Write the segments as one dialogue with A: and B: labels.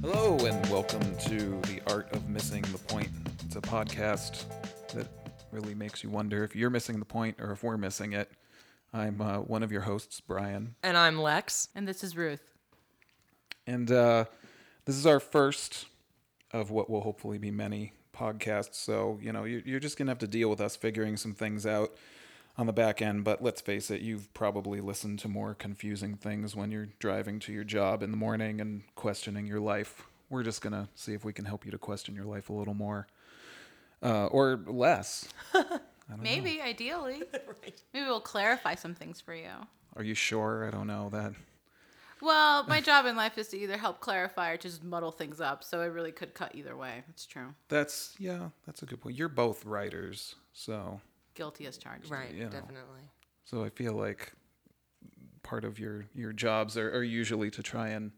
A: Hello, and welcome to The Art of Missing the Point. It's a podcast that really makes you wonder if you're missing the point or if we're missing it. I'm uh, one of your hosts, Brian,
B: And I'm Lex.
C: And this is Ruth.
A: and uh, this is our first of what will hopefully be many podcasts. So, you know, you- you're just going to have to deal with us figuring some things out on the back end. But let's face it, you've probably listened to more confusing things when you're driving to your job in the morning and questioning your life. We're just going to see if we can help you to question your life a little more uh, or less.
C: Maybe, ideally. Maybe we'll clarify some things for you.
A: Are you sure? I don't know that.
C: Well, my job in life is to either help clarify or just muddle things up, so it really could cut either way. It's true.
A: That's, yeah, that's a good point. You're both writers. So,
C: Guilty as charged.
B: Right,
A: Yeah.
B: definitely.
A: So I feel like part of your your jobs are, are usually to try and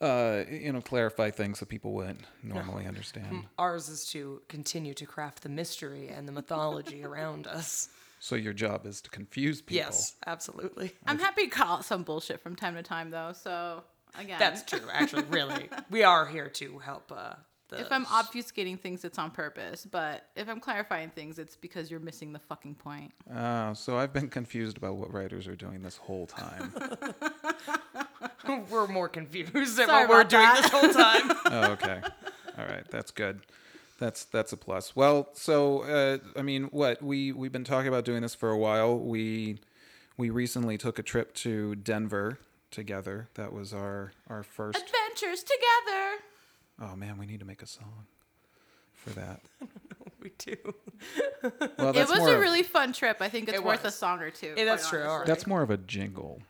A: uh, you know clarify things that people wouldn't normally understand.
B: Ours is to continue to craft the mystery and the mythology around us.
A: So your job is to confuse people.
B: Yes, absolutely.
C: I'm happy to call out some bullshit from time to time, though, so again.
B: That's true, actually, really. We are here to help uh, the.
C: If I'm obfuscating things, it's on purpose. But if I'm clarifying things, it's because you're missing the fucking point.
A: Uh, so I've been confused about what writers are doing this whole time.
B: we're more confused at
C: Sorry
B: what we're
C: about
B: doing
C: that.
B: this whole time.
A: oh, okay. All right, that's good. That's that's a plus. Well, so uh, I mean, what we we've been talking about doing this for a while. We we recently took a trip to Denver together. That was our our first
C: Adventures together!
A: Oh man, we need to make a song for that.
B: we do.
A: Well,
C: It
A: that's
C: was
A: more
C: a
A: of-
C: really fun trip. I think it's
B: It
C: worth a
B: was.
C: song or two.
B: Yeah, that's
C: quite
B: true.
C: honestly.
B: All right.
A: that's more of a jingle.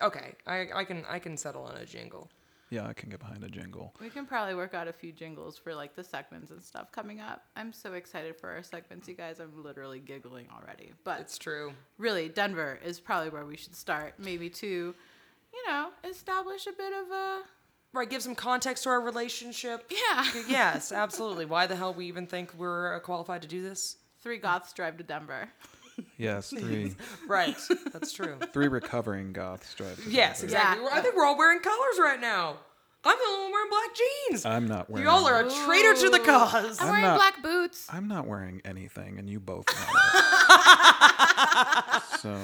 B: Okay, I, I can I can settle on a jingle.
A: Yeah, I can get behind a jingle.
C: We can probably work out a few jingles for like the segments and stuff coming up. I'm so excited for our segments, you guys. I'm literally giggling already. But
B: It's true.
C: really, Denver is probably where we should start, maybe to, you know, establish a bit of a
B: Right, give some context to our relationship.
C: yeah.
B: Yes, absolutely. Why the hell we even think we're uh, qualified to do this?
C: Three goths drive to Denver.
A: Yes, three
B: Right, that's true.
A: three recovering goths drive. to
B: Yes,
A: Denver.
B: exactly. We're- I think we're all wearing colors right now. I'm the only one wearing black jeans.
A: I'm not wearing.
B: you all are a traitor to the cause.
C: I'm,
A: I'm
C: wearing
A: not-
C: black boots.
A: I'm not wearing anything, and you both know it. so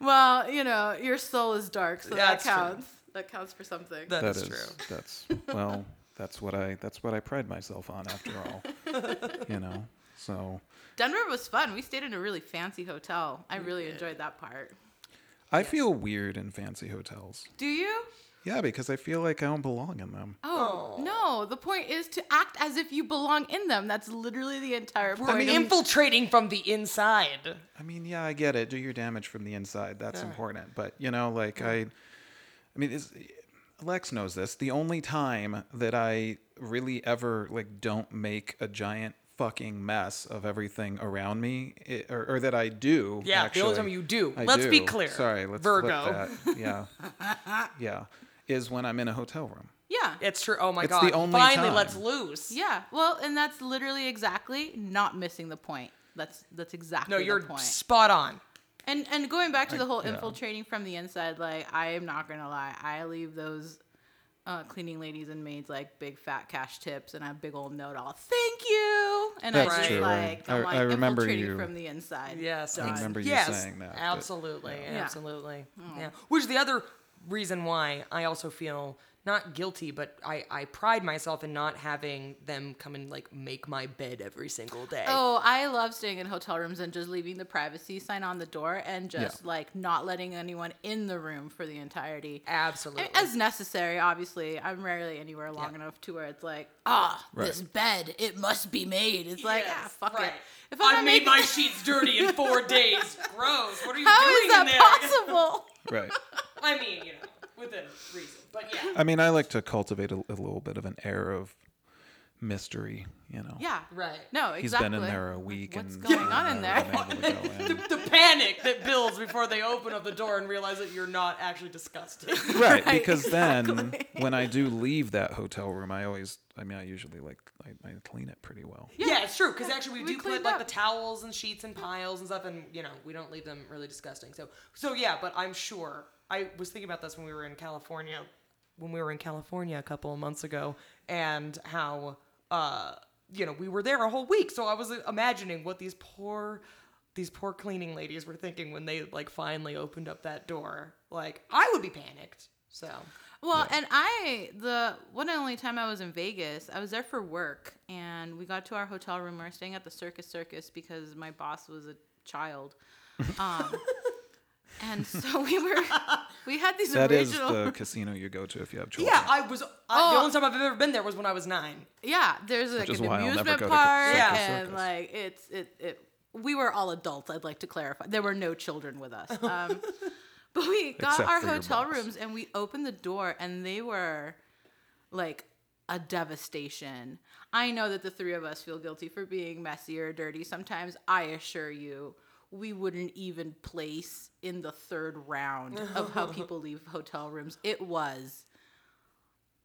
C: Well, you know, your soul is dark, so
B: That's true.
C: that counts. That counts for something.
B: That
A: that
B: is
A: is
B: true.
A: that's well, that's what I that's what I pride myself on after all. you know, so
C: Denver was fun. We stayed in a really fancy hotel. I really enjoyed that part.
A: I feel weird in fancy hotels.
C: Do you?
A: Yeah, because I feel like I don't belong in them.
C: Oh, no, the point is to act as if you belong in them. That's literally the entire
B: We're
C: point. of-
B: infiltrating from the inside.
A: I mean, yeah, I get it. Do your damage from the inside. That's important. But you know, like I, I mean, is Lex knows this. The only time that I really ever like don't make a giant fucking mess of everything around me, i or, or that I do.
B: Yeah, the only
A: actually-
B: time you do.
A: I
B: Let's be
A: do.
B: clear.
A: Sorry, let's flip
B: Virgo.
A: that. Yeah, yeah, is when I'm in a hotel room.
C: yeah.
B: It's true. Oh my
A: It's
B: god.
A: the only
B: Finally,
A: time.
B: let's loose.
C: Yeah. Well, and that's literally exactly not missing the point. That's that's exactly
B: No, you're
C: the point.
B: spot on.
C: And and going back to the whole
A: yeah.
C: infiltrating from the inside, like I am not gonna lie, I leave those uh, cleaning ladies and maids like big fat cash tips and a big old note all thank you. And
A: That's
C: I just
A: true.
C: like
A: I-
C: I'm like
A: I remember
C: infiltrating
A: you-
C: from the inside.
B: Yes,
C: Done.
A: I remember you
B: yes,
A: saying that, but-
B: Absolutely,
C: Yeah.
B: absolutely. Yeah. Which is the other reason why I also feel not guilty, but I, I pride myself in not having them come and like make my bed every single day.
C: Oh, I love staying in hotel rooms and just leaving the privacy sign on the door and just like not letting anyone in the room for the entirety.
B: absolutely.
C: As necessary, obviously. I'm rarely anywhere long enough to where it's like, ah,
A: Right.
C: this bed, it must be made. It's like, ah,
B: Yes,
C: fuck it.
B: right.
C: If I'm not making, how is
B: sheets dirty in four days. Gross. What are you
C: that possible?
A: Right.
B: I mean, you know, within reason. But yeah.
A: I mean, I like to cultivate a, a little bit of an air of mystery. You know.
C: yeah.
B: Right.
C: No,
A: He's
C: exactly.
A: been in there a week.
C: What's
A: and
C: going
A: hasn't
C: on in
A: ever
C: there?
A: been able to go in.
B: The panic that builds before they open up the door and realize that you're not actually disgusted.
A: right,
C: Right,
A: because then when I do leave that hotel room, I always, I mean, I usually like, I, I clean it pretty well.
B: Yeah, it's true because actually we,
C: we
B: do put
C: cleaned
B: like
C: up.
B: the towels and sheets and piles and stuff, and you know we don't leave them really disgusting. So so yeah, but I'm sure I was thinking about this when we were in California. when we were in California a couple of months ago and how uh you know we were there a whole week so I was imagining what these poor these poor cleaning ladies were thinking when they like finally opened up that door like I would be panicked so
C: Well, and I the one and only time I was in Vegas, I was there for work, and we got to our hotel room. We were staying at the Circus Circus because my boss was a child, um, and so we were we had these
A: That is
C: original.
A: the casino you go to if you have children.
B: yeah I was I,
C: Oh.
B: the only time I've ever been there was when I was 9
C: Yeah, there's like
A: is
C: an
A: why I'll never
C: amusement
A: go to Circus
C: park,
B: Yeah.
C: and
A: Circus.
C: like it's it, it. We were all adults. I'd like to clarify. There were no children with us. Um, but we got
A: Except
C: our
A: for your
C: hotel
A: boss.
C: rooms, and we opened the door, and they were like a devastation. I know that the three of us feel guilty for being messy or dirty sometimes. I assure you, we wouldn't even place in the third round of how people leave hotel rooms. It was.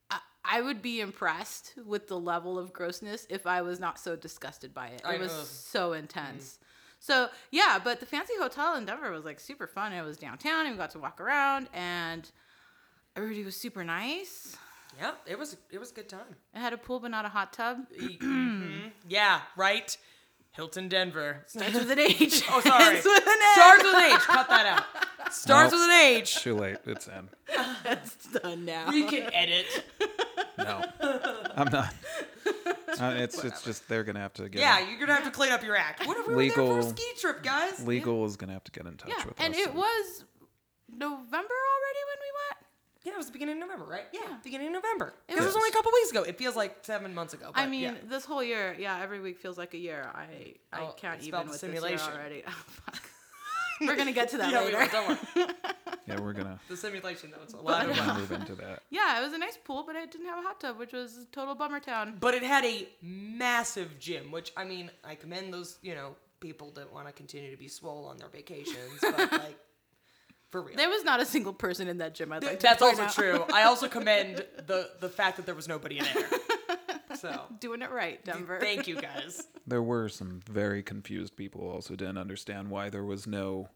C: I- I would be impressed with the level of grossness if I was not so disgusted by it. It
B: I
C: was
B: know.
C: so intense. So yeah, but the fancy hotel in Denver was like super fun. It was downtown, and we got to walk around, and everybody was super nice.
B: yeah it was it was a good time
C: It had a pool, but not a hot tub. Mm-hmm.
B: yeah right Hilton Denver
C: Starts with an H.
B: Oh, sorry.
C: Ends with an N.
B: Starts with an H. Cut that out. Starts
A: Nope.
B: with an H.
A: Too late. It's in.
C: It's done now.
B: We can edit.
A: No, I'm not. Uh, it's it's just they're gonna have to get
B: Yeah, you're gonna have to clean up your act. What if we were there for
A: Legal-
B: a ski trip, guys?
A: in. legal is gonna have to get in touch
C: yeah,
A: with
C: and
A: us.
C: it was November already when we went.
B: yeah, it was the beginning of November, right?
C: Yeah.
B: beginning of November. It
C: was-
B: was only a couple weeks ago. It feels like seven months ago.
C: I
B: but
C: mean,
B: yeah.
C: this whole year, yeah, every week feels like a year. I I
B: Oh,
C: can't
B: it's about
C: even
B: the
C: with this
B: simulation.
C: year already. Oh, fuck. We're gonna get to that
B: yeah, we
C: later.
B: were. Don't worry.
A: Yeah, we're gonna
B: The simulation though, it's a lot of
A: we're
B: fun.
C: uh,
A: gonna move into that.
C: yeah, it was a nice pool, but it didn't have a hot tub, which was a total bummer town.
B: But it had a massive gym, which I mean, I commend those you know people that want to continue to be swole on their vacations, but like for real.
C: There was not a single person in that gym. I'd like to
B: That's
C: point
B: also
C: out.
B: true. I also commend the the fact that there was nobody in there. So
C: Doing it right, Denver.
B: Thank you guys.
A: There were some very confused people who also didn't understand why there was no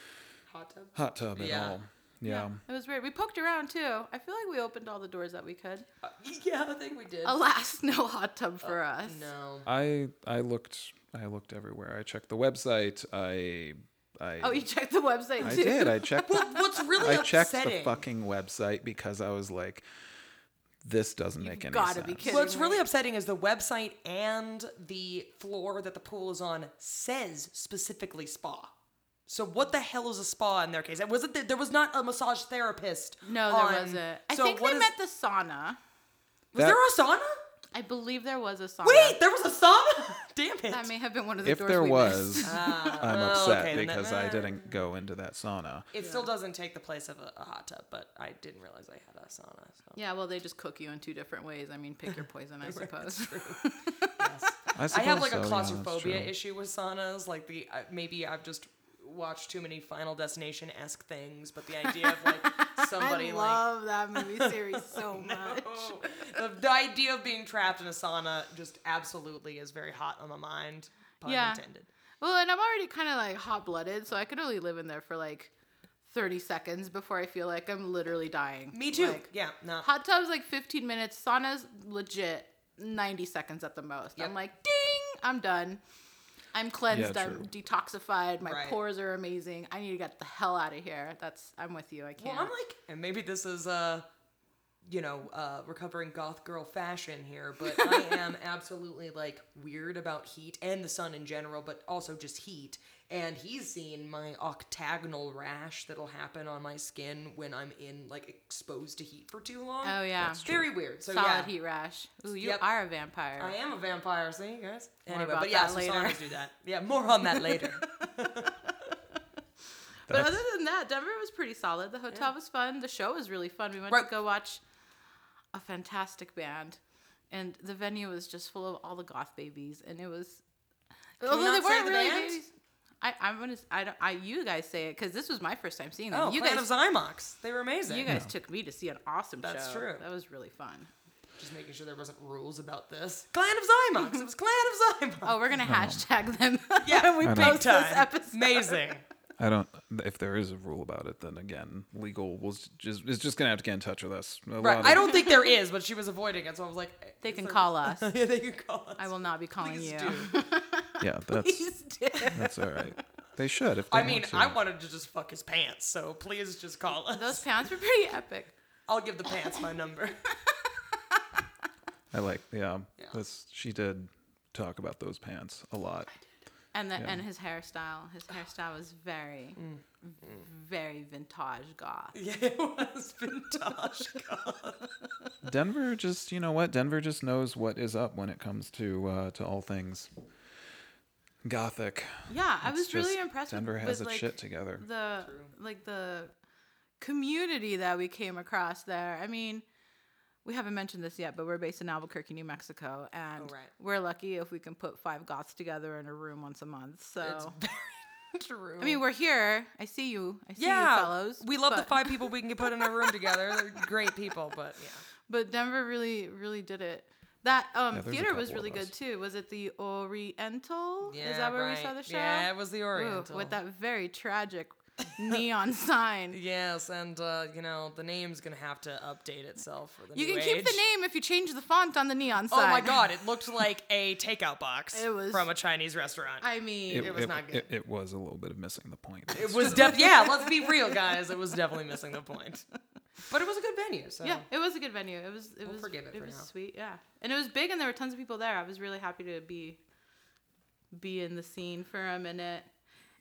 B: Hot tub.
A: hot tub at
B: Yeah.
A: all. Yeah.
C: It was weird. We poked around too. I feel like we opened all the doors that we could.
B: Uh, yeah, I think we did.
C: Alas, no hot tub for us.
B: Uh, no.
A: I I looked I looked everywhere. I checked the website. I I
C: Oh, you checked the website
A: I
C: too.
A: did. I checked
B: What's really
A: I checked
B: upsetting?
A: the fucking website because I was like, this doesn't make any
C: gotta
A: sense.
C: be kidding.
B: What's
C: me.
B: really upsetting is the website and the floor that the pool is on says specifically spa. So what the hell is a spa in their case? It wasn't there, there was not a massage therapist.
C: No, there
B: on-
C: wasn't. I
B: so
C: think
B: what
C: they
B: is-
C: meant the sauna.
B: Was there a sauna?
C: I believe there was a sauna.
B: Wait, there was a sauna. Damn it.
C: That may have been one of the
A: If
C: doors
A: there
C: we missed.
A: was, I'm upset
B: okay, then that-
A: because I didn't go into that sauna.
B: it still doesn't take the place of a, a hot tub, but I didn't realize I had a sauna. So.
C: Yeah, well, they just cook you in two different ways. I mean, pick your poison, I suppose.
A: I,
B: I
A: suppose
B: have like
A: so,
B: a
A: yeah, that's
B: claustrophobia
A: true.
B: issue with saunas. Like the I maybe I've just watched too many Final Destination esque things, but the idea of like somebody like
C: that movie series so much.
B: oh, the, the idea of being trapped in a sauna just absolutely is very hot on my mind. Pun
C: Yeah.
B: intended.
C: Well, and I'm already kind of like hot blooded, so I could only live in there for like 30 seconds before I feel like I'm literally dying.
B: Me too.
C: Like,
B: yeah. No.
C: hot tub's like 15 minutes, sauna's legit 90 seconds at the most.
B: Yep.
C: I'm like, ding, I'm done. I'm cleansed,
A: Yeah,
C: I'm detoxified, my
B: Right.
C: pores are amazing. I need to get the hell out of here. That's, I'm with you. I
B: Well,
C: can't.
B: I'm like, and maybe this is uh, you know, uh, recovering goth girl fashion here, but I am absolutely like weird about heat and the sun in general, but also just heat. And he's seen my octagonal rash that'll happen on my skin when I'm in like exposed to heat for too long.
C: oh, yeah.
B: very weird. So
C: Solid
B: yeah,
C: heat rash. Ooh, you
B: Yep.
C: are a vampire.
B: I am a vampire. See, guys.
C: More
B: Anyway,
C: about
B: but yeah,
C: that
B: so
C: later.
B: saunas do that. Yeah, more on that later.
C: But other than that, Denver was pretty solid. The hotel was fun. The show was really fun. We went
B: Right.
C: to go watch a fantastic band, and the venue was just full of all the goth babies, and it was. although
B: not
C: they
B: say
C: weren't
B: the
C: really
B: band?
C: babies. I, I'm gonna. s- I don't. I you guys say it because this was my first time seeing them.
B: Oh,
C: you
B: Planet
C: guys.
B: of Zymox. They were amazing.
C: you guys took me to see an awesome
B: That's
C: show.
B: true.
C: That was really fun.
B: Just making sure there wasn't rules about this. Clan of Zymox. It was Clan of Zymox.
C: Oh, we're gonna hashtag them.
B: yeah, we
A: I know.
B: big
A: post
C: this
B: time.
C: episode.
B: Amazing.
A: I don't. If there is a rule about it, then again, legal was just is just gonna have to get in touch with us. A lot
B: Right.
A: of-
B: I don't think there is, but she was avoiding it, so I was like,
C: They
B: is
C: can
B: there-
C: call us.
B: yeah, they can call us.
C: I will not be calling
B: Please
C: you.
B: do.
A: Yeah, that's
C: Please do.
A: that's all right. They should. If they
B: I mean,
A: want to.
B: I wanted to just fuck his pants, so please just call us.
C: Those pants were pretty epic.
B: I'll give the pants my number.
A: I like. Yeah, That's, she did talk about those pants a lot.
C: And the, and his hairstyle. His hairstyle was very,
A: Mm.
C: very vintage goth.
B: yeah, it was vintage.
A: Denver just, you know what? Denver just knows what is up when it comes to uh, to all things gothic.
C: Yeah, I
A: It's
C: was really
A: just-
C: impressed.
A: Denver
C: with,
A: has
C: with,
A: its
C: like,
A: shit together.
C: The like the community that we came across there. I mean, we haven't mentioned this yet, but we're based in Albuquerque, New Mexico, and
B: Oh, right.
C: we're lucky if we can put five goths together in a room once a month. So
B: True.
C: I mean, we're here. I see you. I see
B: yeah,
C: you, fellows.
B: we love the
C: but-
B: five people we can put in a room together. They're great people, but yeah.
C: But Denver really, really did it. That um,
A: there's a
C: theater was
A: couple of
C: really good
A: us.
C: too. Was it the Oriental? Is that where we saw
B: right.
C: the show?
B: Yeah, it was the
C: Ooh,
B: Oriental.
C: with that very tragic neon sign.
B: Yes, and uh, you know the name's gonna have to update itself for the
C: You
B: new
C: can keep the
B: age.
C: name if you change the font on the neon sign.
B: Oh my god, it looked like a takeout box
C: It was-
B: from a Chinese restaurant.
C: I mean,
B: it was not good.
A: It, it was a little bit of missing the point.
B: it was def- yeah, let's be real guys, it was definitely missing the point. But it was a good venue, so
C: yeah, it was a good venue. It was, it was,
B: forgive it
C: it
B: for
C: was
B: now.
C: sweet. Yeah, and it was big, and there were tons of people there. I was really happy to be, be in the scene for a minute,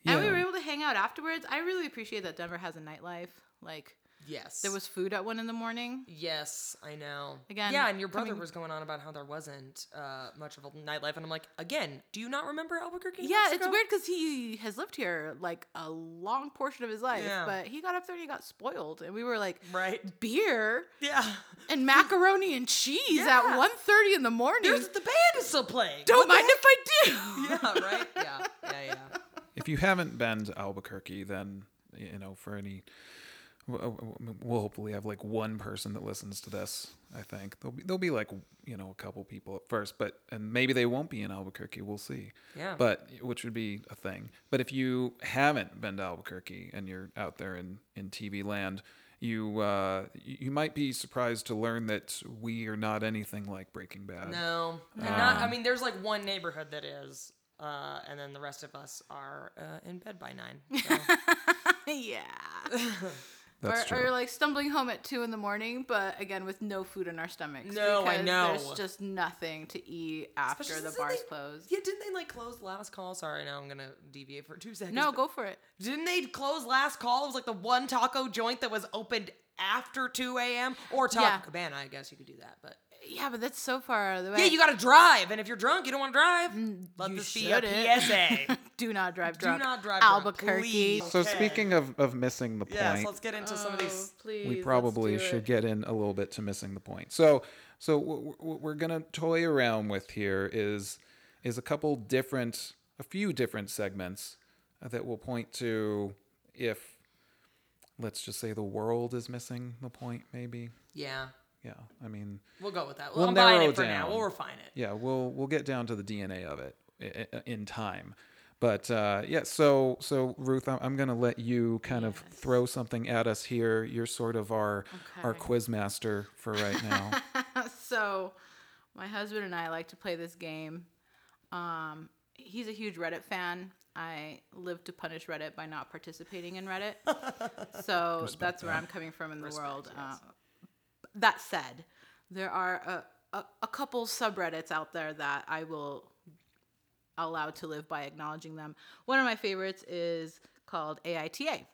C: and we
A: Yeah.
C: were able to hang out afterwards. I really appreciate that Denver has a nightlife. Like
B: yes.
C: there was food at one in the morning.
B: Yes, I know.
C: Again,
B: yeah, and your brother
C: coming-
B: was going on about how there wasn't uh, much of a nightlife, and I'm like, again, do you not remember Albuquerque? New
C: Yeah, it's
B: Mexico?
C: weird because he has lived here like a long portion of his life,
B: Yeah.
C: but he got up there and he got spoiled, and we were like,
B: right?
C: beer
B: Yeah,
C: and macaroni and cheese
B: Yeah.
C: at 1.30 in the morning.
B: There's, the band is still playing.
C: Don't mind if I do.
B: yeah, right. Yeah, yeah, yeah.
A: if you haven't been to Albuquerque, then you know for any, w- w- we'll hopefully have like one person that listens to this. I think there'll be there'll be like you know a couple people at first, but and maybe they won't be in Albuquerque. We'll see.
B: Yeah.
A: But which would be a thing. But if you haven't been to Albuquerque and you're out there in in TV land. You uh, you you might be surprised to learn that we are not anything like Breaking Bad.
B: No, and not.
C: Um,
B: I mean, there's like one neighborhood that is, uh, and then the rest of us are uh, in bed by nine. So.
C: yeah.
A: That's
C: or,
A: true.
C: or like stumbling home at 2 in the morning, but again, with no food in our stomachs.
B: No, I
C: because
B: know.
C: There's just nothing to eat after
B: Especially
C: the
B: since
C: bar's
B: they-
C: closed.
B: Yeah, didn't they like close last call? Sorry, now I'm gonna deviate for two seconds.
C: No,
B: but-
C: go for it.
B: Didn't they close last call? It was like the one taco joint that was opened after 2 a.m. or Taco
C: Yeah.
B: Cabana. I guess you could do that, but
C: Yeah, but that's so far out of the way.
B: yeah, you got to drive, and if you're drunk, you don't want to drive. Let
C: you
B: this be a
C: shouldn't.
B: PSA.
C: Do not drive
B: do
C: drunk.
B: not drive drunk,
C: Albuquerque.
B: please.
A: so
B: Okay.
A: speaking of, of missing the point,
B: yes, let's get into some of these.
C: please,
A: we probably should get in a little bit to missing the point. So, so what, what we're gonna toy around with here is is a couple different, a few different segments that will point to if, let's just say, the world is missing the point. Maybe,
B: Yeah,
A: yeah. I mean,
B: we'll go with that.
A: We'll
B: I'm buying
A: narrow
B: it for now.
A: down.
B: We'll refine it.
A: yeah, we'll we'll get down to the DNA of it i- i- in time. But uh, yeah, so so Ruth, I'm, I'm gonna let you kind of throw something at us here. You're sort of our our
C: Okay.
A: quiz master for right now.
C: so, my husband and I like to play this game. Um, he's a huge Reddit fan. I live to punish Reddit by not participating in Reddit. so that's where I'm coming from in the world. Uh, that said, there are a, a, a couple subreddits out there that I will allow to live by acknowledging them. One of my favorites is called AITA.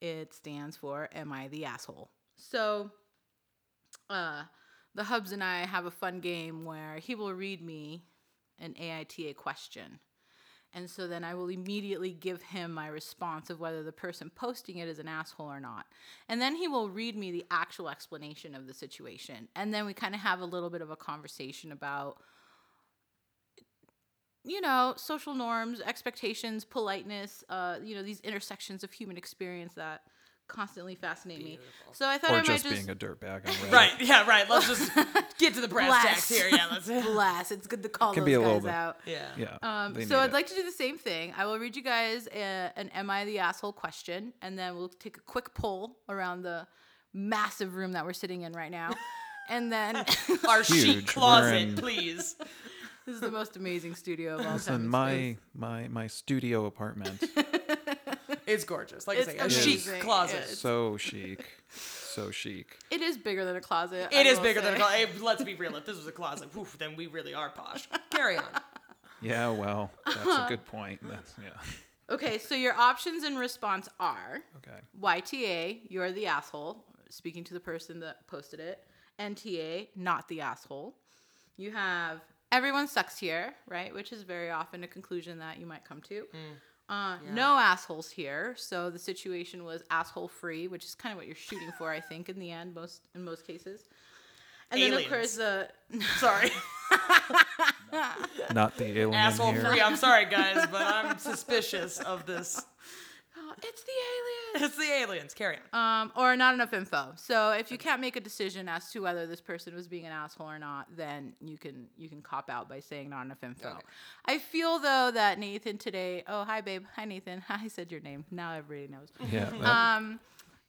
C: It stands for Am I the Asshole? So uh, the hubs and I have a fun game where he will read me an AITA question. And so then I will immediately give him my response of whether the person posting it is an asshole or not. And then he will read me the actual explanation of the situation. And then we kind of have a little bit of a conversation about, you know, social norms, expectations, politeness, uh, you know, these intersections of human experience that constantly fascinate me. So I thought
A: or
C: I might
A: just,
C: just
A: being a dirtbag. on Reddit.
B: Right. Yeah. Right. Let's just get to the brass tacks
C: blast
B: here. Yeah. Let's.
C: blast. It's good to call
A: Can
C: those
A: be a little
C: guys
A: bit.
C: out.
B: Yeah.
A: Yeah.
C: Um,
A: they
C: so
A: need
C: I'd
A: it.
C: like to do the same thing. I will read you guys a, an "Am I the asshole?" question, and then we'll take a quick poll around the massive room that we're sitting in right now. And then this
B: Our
A: Huge.
B: chic
A: We're
B: closet,
A: in-
B: please.
C: is the most amazing studio of all
A: Listen,
C: time.
A: my my my studio apartment.
B: It's gorgeous. Like
C: It's
B: I say, a chic
C: amazing.
B: closet.
C: It's-
A: so chic, so chic.
C: It is bigger than a closet. I
B: It is
C: will
B: bigger than a
C: say.
B: closet. Hey, let's be real. If this was a closet, oof, then we really are posh. Carry on.
A: Yeah. Well, that's
C: Uh-huh.
A: a good point. That's yeah.
C: Okay, so your options in response are
A: Okay.
C: YTA, you're the asshole, speaking to the person that posted it. NTA, not the asshole. You have everyone sucks here, right? Which is very often a conclusion that you might come to.
B: Mm.
C: Uh, No assholes here. So the situation was asshole free, which is kind of what you're shooting for, I think, in the end, most in most cases. And then of
B: Aliens.
C: course the
B: Sorry.
A: Not the alien
B: Asshole
A: here.
B: free. I'm sorry, guys, but I'm suspicious of this.
C: Oh, it's the aliens.
B: It's the aliens. Carry on.
C: um, or not enough info. So if you can't make a decision as to whether this person was being an asshole or not, then you can you can cop out by saying not enough info.
B: Okay.
C: I feel though that Nathan today. Oh hi babe, hi Nathan. I said your name. Now everybody knows.
A: Yeah. that-
C: Um,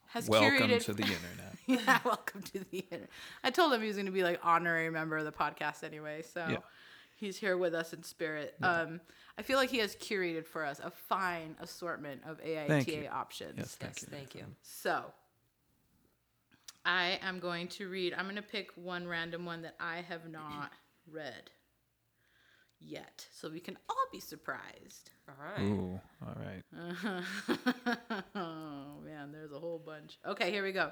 C: has
A: welcome
C: curated.
A: to the internet.
C: yeah, welcome to the internet. I told him he was going to be like honorary member of the podcast anyway, so
A: Yeah.
C: he's here with us in spirit. Um, I feel like he has curated for us a fine assortment of
A: Thank you.
C: AITA options.
A: Yes. Thank you.
B: Thank you.
C: So I am going to read, I'm going to pick one random one that I have not read yet. So we can all be surprised.
B: All right.
A: Ooh. All right.
C: oh man, there's a whole bunch. Okay, here we go.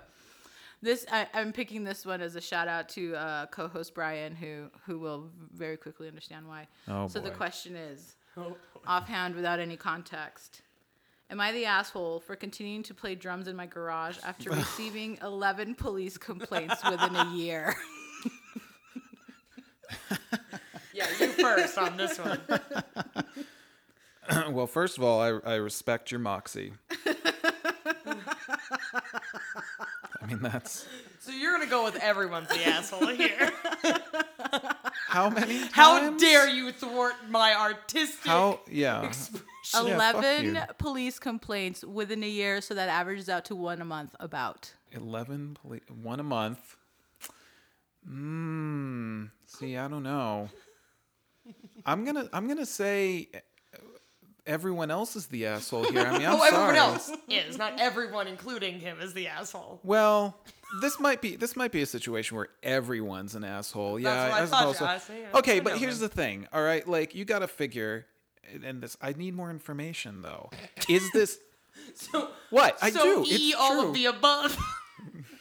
C: This I, I'm picking this one as a shout out to uh, co-host Brian, who who will very quickly understand why.
A: Oh,
C: so the
A: boy.
C: question is,
B: Oh,
C: offhand without any context. Am I the asshole for continuing to play drums in my garage after receiving 11 police complaints within a year?
B: Yeah, you first on this one.
A: well, first of all, I, I respect your moxie. I mean, that's
B: So you're gonna go with everyone's the asshole here.
A: how many?
B: How
A: times?
B: dare you thwart my artistic?
A: How? Yeah.
C: 11
A: you.
C: police complaints within a year, so that averages out to one a month, about.
A: Eleven. Poli- one a month. Mmm. See, I don't know. I'm gonna. I'm gonna say. Everyone else is the asshole here. I mean, I'm
B: Oh, everyone
A: sorry.
B: else is not everyone, including him, is the asshole.
A: Well, this might be this might be a situation where everyone's an asshole. Yeah,
B: what I
A: as
B: thought you-
A: opposed to-
B: I see, yeah,
A: okay,
B: I
A: but
B: know
A: here's the
B: him.
A: thing. All right, like you got to figure, and- and this I need more information though. Is this
B: So
A: what I
B: so
A: do?
B: E
A: it's
B: all
A: true.
B: of the above.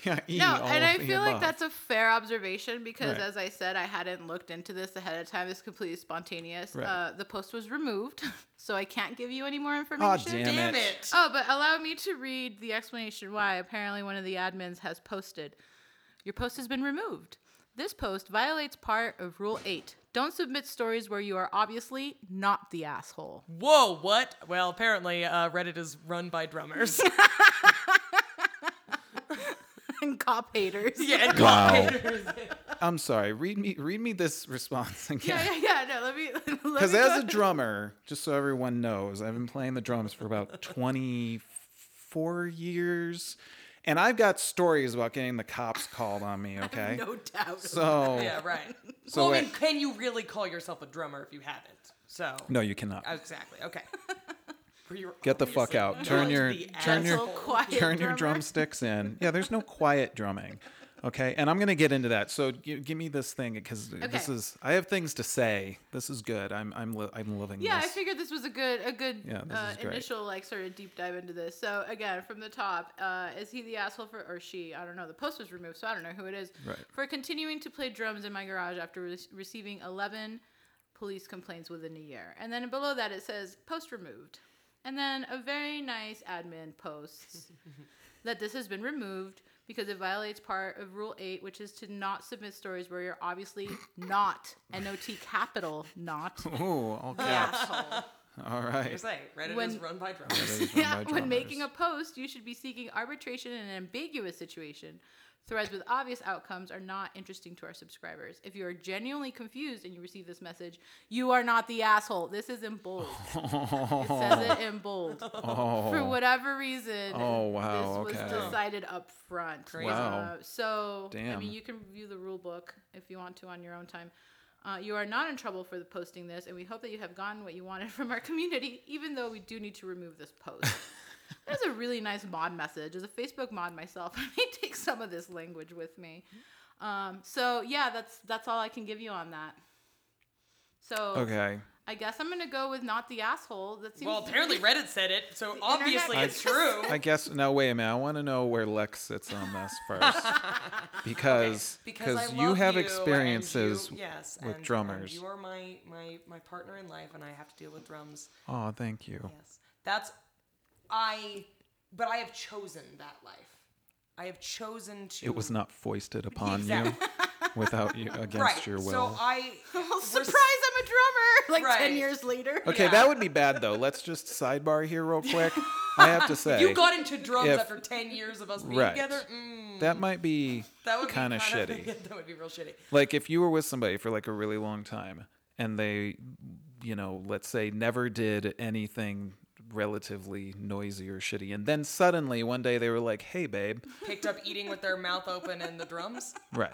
A: yeah, E
C: No,
A: all
C: and
A: of
C: I
A: the
C: feel like
A: above.
C: that's a fair observation because,
A: Right.
C: as I said, I hadn't looked into this ahead of time. It's completely spontaneous.
A: Right.
C: Uh, the post was removed, so I can't give you any more
A: Aw,
C: information.
A: damn,
B: Damn
A: it.
B: it.
C: Oh, but allow me to read the explanation why. Apparently, one of the admins has posted Your post has been removed. This post violates part of Rule 8. Don't submit stories where you are obviously not the asshole.
B: Whoa, what? Well, apparently uh, Reddit is run by drummers.
C: and cop haters.
B: yeah, and
A: Wow.
B: commentators.
A: I'm sorry. Read me read me this response
C: Yeah,
A: again.
C: yeah, yeah. No, let me. Because
A: Because as a drummer, just so everyone knows, I've been playing the drums for about 24 years, and I've got stories about getting the cops called on me. Okay,
C: No doubt.
A: so
B: Yeah, right.
A: So
B: well, I mean,
A: wait.
B: can you really call yourself a drummer if you haven't? So
A: no, you cannot.
B: exactly. Okay. For your-
A: Get the fuck
B: obviously
A: out.
B: not
A: Turn your
B: the
A: turn your
B: asshole.
C: Asshole quiet
A: turn your
C: drummer.
A: drumsticks in. Yeah, there's no quiet drumming. Okay, and I'm gonna get into that. So g- give me this thing because this
C: Okay.
A: is I have things to say. This is good. I'm I'm li- I'm living.
C: Yeah, I
A: this.
C: figured this was a good a good
A: Yeah, this
C: uh,
A: is great.
C: initial like sort of deep dive into this. So again, from the top, uh, is he the asshole for or she? I don't know. The post was removed, so I don't know who it is.
A: Right.
C: For continuing to play drums in my garage after re- receiving eleven police complaints within a year, and then below that it says post removed, and then a very nice admin posts that this has been removed because it violates part of Rule 8, which is to not submit stories where you're obviously not, N O T capital, not
A: Ooh, all
C: the
A: caps.
C: asshole.
A: All right.
B: Here's like, Reddit
C: When-
B: is run by drummers.
A: That is run by
C: yeah, when making a
A: drummers.
C: post, you should be seeking arbitration in an ambiguous situation. Threads with obvious outcomes are not interesting to our subscribers. If you are genuinely confused and you receive this message, you are not the asshole. This is in bold. It says it in bold. For whatever reason,
A: Oh, wow,
C: this
A: okay.
C: was decided up front.
B: Crazy.
A: Wow.
C: Uh, so, I
A: Damn.
C: mean, you can review the rule book if you want to on your own time. Uh, you are not in trouble for the posting this, and we hope that you have gotten what you wanted from our community, even though we do need to remove this post. There's a really nice mod message. As a Facebook mod myself, I may take some of this language with me. Um, so yeah, that's that's all I can give you on that. So
A: okay.
C: I guess I'm gonna go with not the asshole. That seems
B: Well, apparently Reddit said it, so obviously
C: internet
B: it's
C: just-
B: true.
A: I guess no. Wait a minute. I want to know where Lex sits on this first, because
B: because I
A: you
B: love
A: have
B: you, and
A: experiences.
B: you, yes,
A: with
B: and, um,
A: drummers.
B: you are my, my my partner in life, and I have to deal with drums.
A: Oh, thank you.
B: Yes, that's I. But I have chosen that life. I have chosen to.
A: It was not foisted upon
B: Exactly.
A: you without you against
B: right.
A: your will.
B: So I
C: surprise. I'm a drummer. Like
B: Right.
C: ten years later.
A: okay,
B: yeah.
A: that would be bad though. Let's just sidebar here real quick. I have to say
B: You got into drums
A: if-
B: after ten years of us being
A: Right.
B: together. Mm,
A: that might be
B: that would be
A: kind of shitty.
B: that would be real shitty.
A: Like if you were with somebody for like a really long time and they, you know, let's say never did anything relatively noisy or shitty, and then suddenly one day they were like, "Hey, babe,"
B: Picked up eating with their mouth open and the drums.
A: right?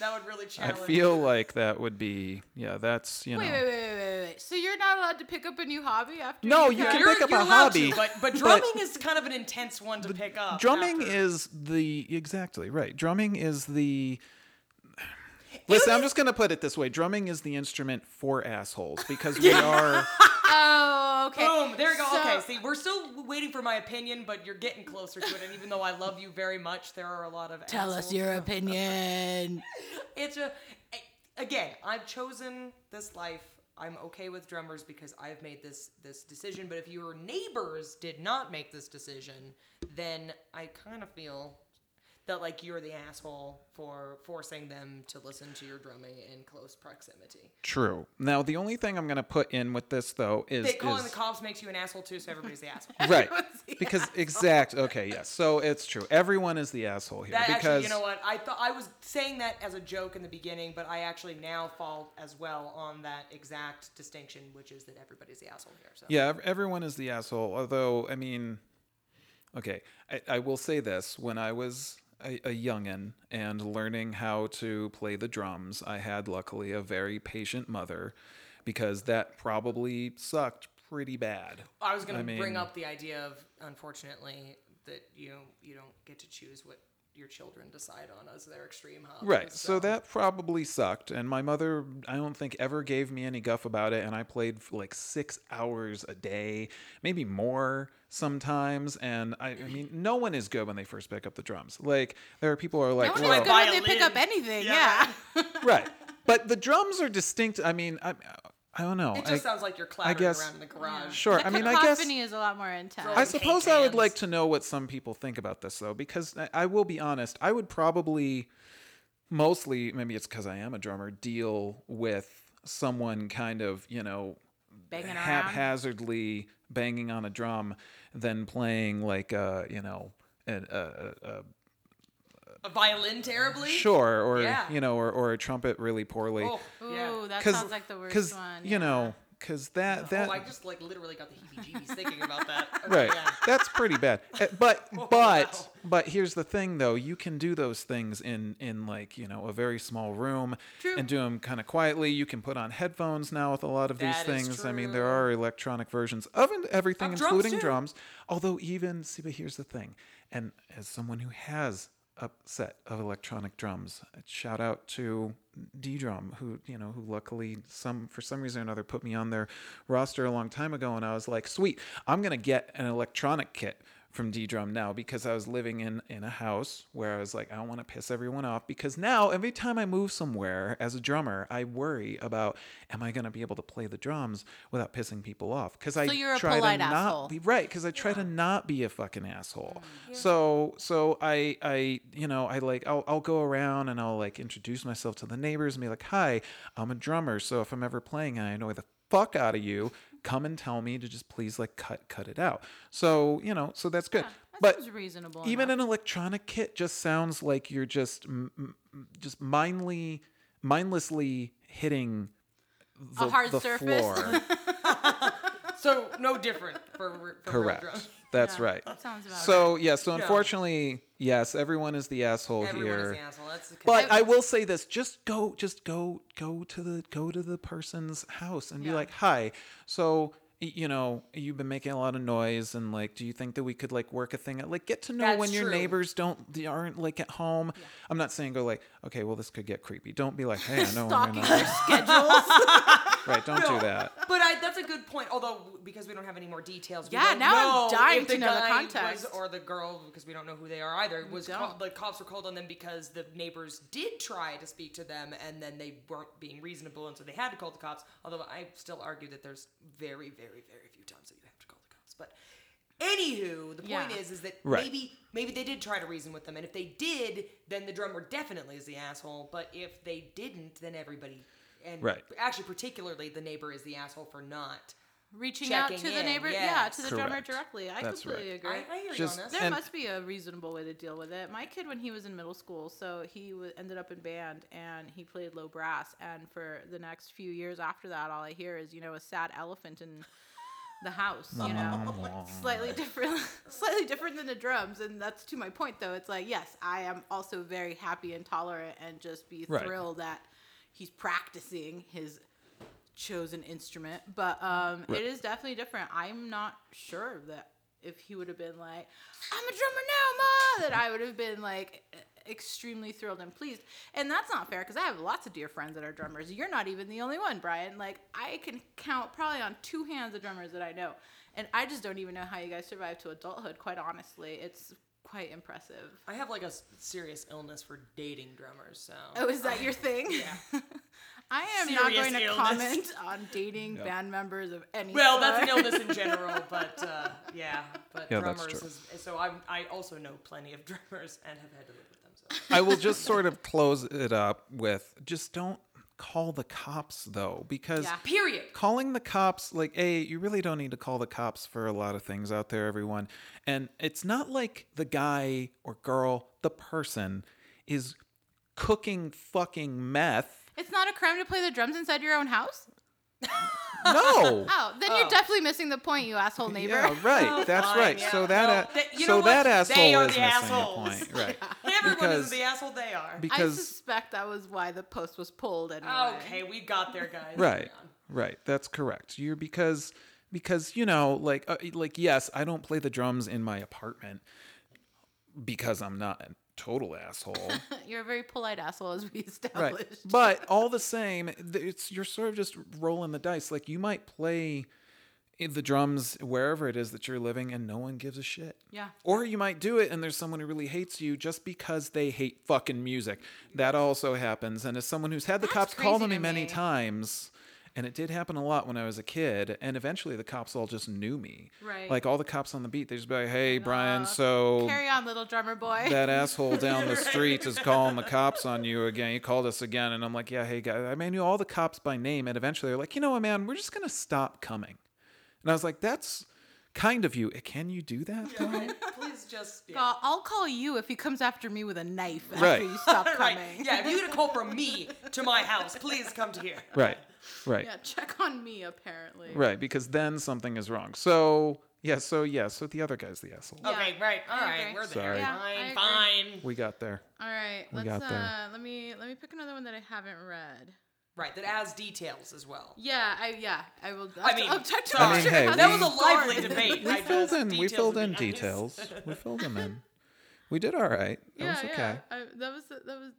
B: That would really
A: I
B: challenge.
A: feel like that would be yeah. That's you know.
C: Wait, wait, wait, wait, wait, wait. So you're not allowed to pick up a new hobby after?
A: No,
C: you've
A: you
C: had-
A: can
B: You're,
A: pick up
B: you're
A: a
B: allowed
A: hobby,
B: to, but, but
A: but-
B: drumming is kind of an intense one to pick up.
A: drumming
B: after.
A: is the exactly right drumming is the listen i'm just going to put it this way drumming is the instrument for assholes because we are
C: Oh, okay.
B: Boom! There you go.
C: So-
B: okay, see, we're still waiting for my opinion, but you're getting closer to it. And even though I love you very much, there are a lot of
C: Tell us
B: assholes.
C: your opinion.
B: It's a again. I've chosen this life. I'm okay with drummers because I've made this this decision. But if your neighbors did not make this decision, then I kind of feel that like you're the asshole for forcing them to listen to your drumming in close proximity.
A: true now the only thing i'm going to put in with this though is,
B: They calling
A: is-
B: the cops makes you an asshole too, so everybody's the asshole.
A: right
C: Everyone's the
A: because exact okay yes so it's true everyone is the asshole here
B: That
A: because
B: actually, you know what? I thought I was saying that as a joke in the beginning, but I actually now fall as well on that exact distinction, which is that everybody's the asshole here. So
A: Yeah, ev- everyone is the asshole. Although, I mean, okay, I, I will say this: when I was a, a youngin and learning how to play the drums, I had luckily a very patient mother, because that probably sucked pretty bad.
B: I was going
A: I
B: to bring
A: mean-
B: up the idea of, unfortunately, that you you don't get to choose what your children decide on as their extreme hobby.
A: Right. So that probably sucked. And my mother, I don't think, ever gave me any guff about it. And I played for like six hours a day, maybe more sometimes. And I, I mean, no one is good when they first pick up the drums. Like, there are people who are
C: No
A: like,
C: one
A: "Whoa."
C: is good when they pick
B: Violin.
C: up anything. Yeah.
A: right. But the drums are distinct. I mean, I, I don't know.
B: it just
A: I,
B: sounds like you're clattering
A: guess-
B: around in the garage.
A: sure. I
C: The
A: mean, I guess.
C: uh, cacophony is a lot more intense.
A: I
B: and
A: suppose
B: cake
A: I would
B: cans.
A: like to know what some people think about this, though, because I, I will be honest. I would probably, mostly, maybe it's because I am a drummer, deal with someone kind of, you know,
C: Banging around.
A: haphazardly banging on a drum than playing like, uh, you know, an- a, a, a
B: A violin terribly.
A: sure or
B: Yeah.
A: you know or, or a trumpet really poorly
B: Oh, yeah.
C: Ooh, that
A: 'Cause-
C: sounds like the worst
A: 'cause,
C: one.
A: you know because that that
B: oh, I just like literally got the heebie-jeebies thinking about that. Okay,
A: Right.
B: yeah. Oh,
A: That's pretty bad. Uh, But but
B: wow.
A: but here's the thing though, you can do those things in in like, you know, a very small room
C: True.
A: and do them kind of quietly. You can put on headphones now with a lot of these
B: That is
A: things. I mean, there
B: true.
A: are electronic versions of en- everything
B: Of drums,
A: including
B: too.
A: drums. Although even see but here's the thing. And as someone who has a set of electronic drums, shout out to D Drum who, you know, who luckily some for some reason or another put me on their roster a long time ago and I was like, "Sweet, I'm going to get an electronic kit from D Drum now because I was living in in a house where I was like, I don't want to piss everyone off because now every time I move somewhere as a drummer, I worry about am I going to be able to play the drums without pissing people off? Because I
C: So you're a
A: try
C: polite
A: to
C: asshole.
A: not be right because I try to not be a fucking asshole.
C: Mm,
A: So so I I you know I like I'll I'll go around and I'll like introduce myself to the neighbors and be like, hi, I'm a drummer. So if I'm ever playing and I annoy the fuck out of you. Come and tell me to just please like cut cut it out. So you know, so that's good.
C: That
A: but
C: seems reasonable.
A: even
C: enough.
A: an electronic kit just sounds like you're just m- m- m- just mindly mindlessly hitting the,
C: A hard
A: the
C: surface.
A: floor.
B: So no different for, for Real
A: Correct.
B: drums.
A: That's
C: Yeah,
A: right.
C: that sounds about
A: so yeah, so unfortunately, yes, everyone is the asshole
B: Everyone
A: here.
B: is an asshole. That's the
A: But I will say this: just go, just go, go to the go to the person's house and be
C: Yeah.
A: like, "Hi, so y- you know you've been making a lot of noise, and like, do you think that we could like work a thing out? Like, get to know
B: That's
A: when your
B: true.
A: neighbors don't they aren't like at home. I'm not saying go like, okay, well this could get creepy. Don't be like, hey, I know when
C: Stalking
A: you're
C: their
A: not.
C: schedules.
A: right. Don't do that.
B: But I, that's a good point. Although because we don't have any more details, we
C: Yeah,
B: don't
C: now I'm
B: know
C: dying
B: if the
C: to know the
B: guy was,
C: context.
B: or the girl because we don't know who they are either. Was called,
C: don't.
B: the cops were called on them because the neighbors did try to speak to them and then they weren't being reasonable and so they had to call the cops. Although I still argue that there's very, very, very few times that you have to call the cops. But anywho, the point
C: Yeah.
B: is is that
A: Right.
B: maybe maybe they did try to reason with them and if they did, then the drummer definitely is the asshole. But if they didn't, then everybody and
A: Right.
B: actually particularly the neighbor is the asshole for not
C: Reaching out to
B: Checking
C: the
B: in,
C: neighbor, yeah,
B: yes.
C: to the drummer
A: Correct.
C: directly. I
A: That's
C: completely
A: right.
C: agree.
B: I, I hear
A: Just-
B: you on this.
A: There-
C: There
A: And-
C: must be a reasonable way to deal with it. My kid, when he was in middle school, so he w- ended up in band and he played low brass. And for the next few years after that, all I hear is you know a sad elephant in the house. You know, slightly different, slightly different than the drums. And that's to my point, though. It's like yes, I am also very happy and tolerant, and just be
A: Right.
C: thrilled that he's practicing his chosen instrument, but um,
A: Right.
C: it is definitely different. I'm not sure that if he would have been like, "I'm a drummer now, ma," that I would have been like e- extremely thrilled and pleased. And that's not fair because I have lots of dear friends that are drummers. You're not even the only one, Brian. Like I can count probably on two hands the drummers that I know, and I just don't even know how you guys survive to adulthood. Quite honestly, it's quite impressive.
B: I have like a s- serious illness for dating drummers, so
C: Oh, is that your thing? Yeah. I am not
B: Serious
C: going to
B: illness.
C: comment on dating band members of any.
B: well, that's an
C: sort.
B: illness in general, but uh, yeah, but
A: Yeah, that's
B: drummers.
A: true.
B: Is, so I I also know plenty of drummers and have had to live with them. So.
A: I will just sort of close it up with just don't call the cops though, because.
C: Yeah.
B: Period.
A: calling the cops like a you really don't need to call the cops for a lot of things out there everyone and it's not like the guy or girl the person is cooking fucking meth
C: It's not a crime to play the drums inside your own house?
A: no
C: Oh, then you're definitely missing the point, you asshole neighbor.
A: yeah right that's
B: fine,
A: right
B: yeah.
A: so that
B: Oh, No,
A: a-
B: that- you
A: so
B: know
A: that
B: what? They
A: asshole
B: are
A: is
B: the
A: missing the
B: assholes.
A: point right
B: Everyone
A: Because-
B: is the asshole they are.
C: I
A: because
C: suspect that was why the post was pulled anyway.
B: okay, we got there, guys.
A: right
B: Hang on.
A: right that's correct you're because because you know like uh, like yes i don't play the drums in my apartment because i'm not a total asshole
C: You're a very polite asshole, as we
A: right
C: established.
A: but all the same th- it's you're sort of just rolling the dice like you might play i- the drums wherever it is that you're living and no one gives a shit
C: Yeah.
A: or you might do it and there's someone who really hates you just because they hate fucking music that also happens and as someone who's had the
C: That's
A: cops call
C: crazy
A: on me
C: to
A: many
C: me.
A: times and it did happen a lot when I was a kid, and eventually the cops all just knew me.
C: Right.
A: Like all the cops on the beat, they just be like, "Hey, Brian,
C: Uh,
A: so
C: Carry on, little drummer boy.
A: that asshole down the street is calling the cops on you again. He called us again, and I'm like, yeah, hey guys. I mean, I knew all the cops by name, and eventually they're like, you know what, man, we're just gonna stop coming. And I was like, that's kind of you. Can you do that? though?
B: Please just. Yeah.
C: Uh, I'll call you if he comes after me with a knife
A: Right.
C: after you stop
B: Right.
C: coming.
B: Yeah, if you're gonna call from me to my house, please come to here.
A: Right, right,
C: Yeah, check on me, apparently.
A: right. Because then something is wrong. So yeah, so yeah, so the other guy's the asshole.
C: Yeah,
B: Okay, right. All
C: I
B: right,
C: agree.
B: we're there.
A: Sorry.
C: Yeah, I
B: fine,
C: agree.
B: fine.
A: We got there.
C: All right,
A: We
C: let's
A: got there.
C: uh let me let me pick another one that I haven't read.
B: Right, that adds details as well.
C: Yeah, I yeah, I will I'll,
B: I mean,
C: I'll check to
A: I
B: sorry.
A: mean,
C: make sure
A: hey,
C: how
B: that
A: we-
B: was a lively debate.
A: We
B: I
A: filled
B: just-
A: in. We
B: details
A: filled
B: would be
A: in
B: nice.
A: details. We filled them in. We did all right. That was okay.
C: Yeah. I, that was that was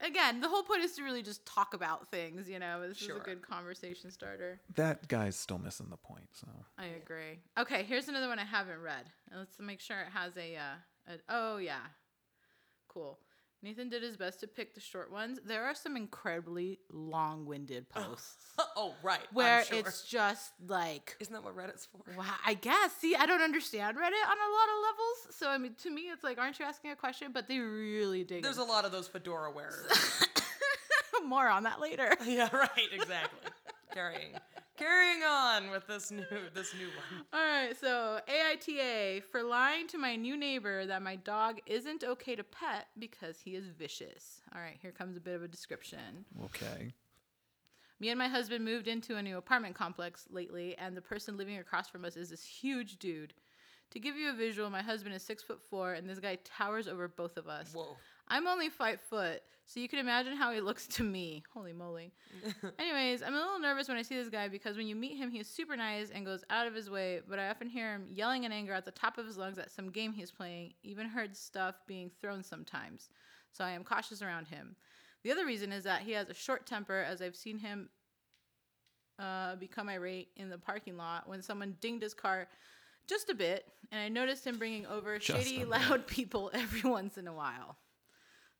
C: again. The whole point is to really just talk about things. You know, this
B: Sure.
C: is a good conversation starter.
A: That guy's still missing the point. So
C: I agree. Okay, here's another one I haven't read. And Let's make sure it has a, uh, a. Oh yeah, cool. Nathan did his best to pick the short ones. There are some incredibly long-winded posts
B: Oh, right. I'm
C: where
B: sure.
C: it's just like
B: Isn't that what Reddit's for?
C: Wow, I guess. See, I don't understand Reddit on a lot of levels. So I mean, to me, it's like, aren't you asking a question? But they really dig.
B: There's a lot of those fedora wearers.
C: more on that later.
B: yeah, right, exactly. Carrying Carrying on with this new this new one.
C: All right, so AITA for lying to my new neighbor that my dog isn't okay to pet because he is vicious. All right, here comes a bit of a description.
A: Okay.
C: Me and my husband moved into a new apartment complex lately, and the person living across from us is this huge dude. To give you a visual, my husband is six foot four, and this guy towers over both of us.
B: Whoa.
C: I'm only five foot, so you can imagine how he looks to me. Holy moly. Anyways, I'm a little nervous when I see this guy because when you meet him, he is super nice and goes out of his way, but I often hear him yelling in anger at the top of his lungs at some game he's playing, even heard stuff being thrown sometimes. So I am cautious around him. The other reason is that he has a short temper, as I've seen him uh, become irate in the parking lot when someone dinged his car just a bit, and I noticed him bringing over
A: Just a
C: shady,
A: bit.
C: loud people every once in a while.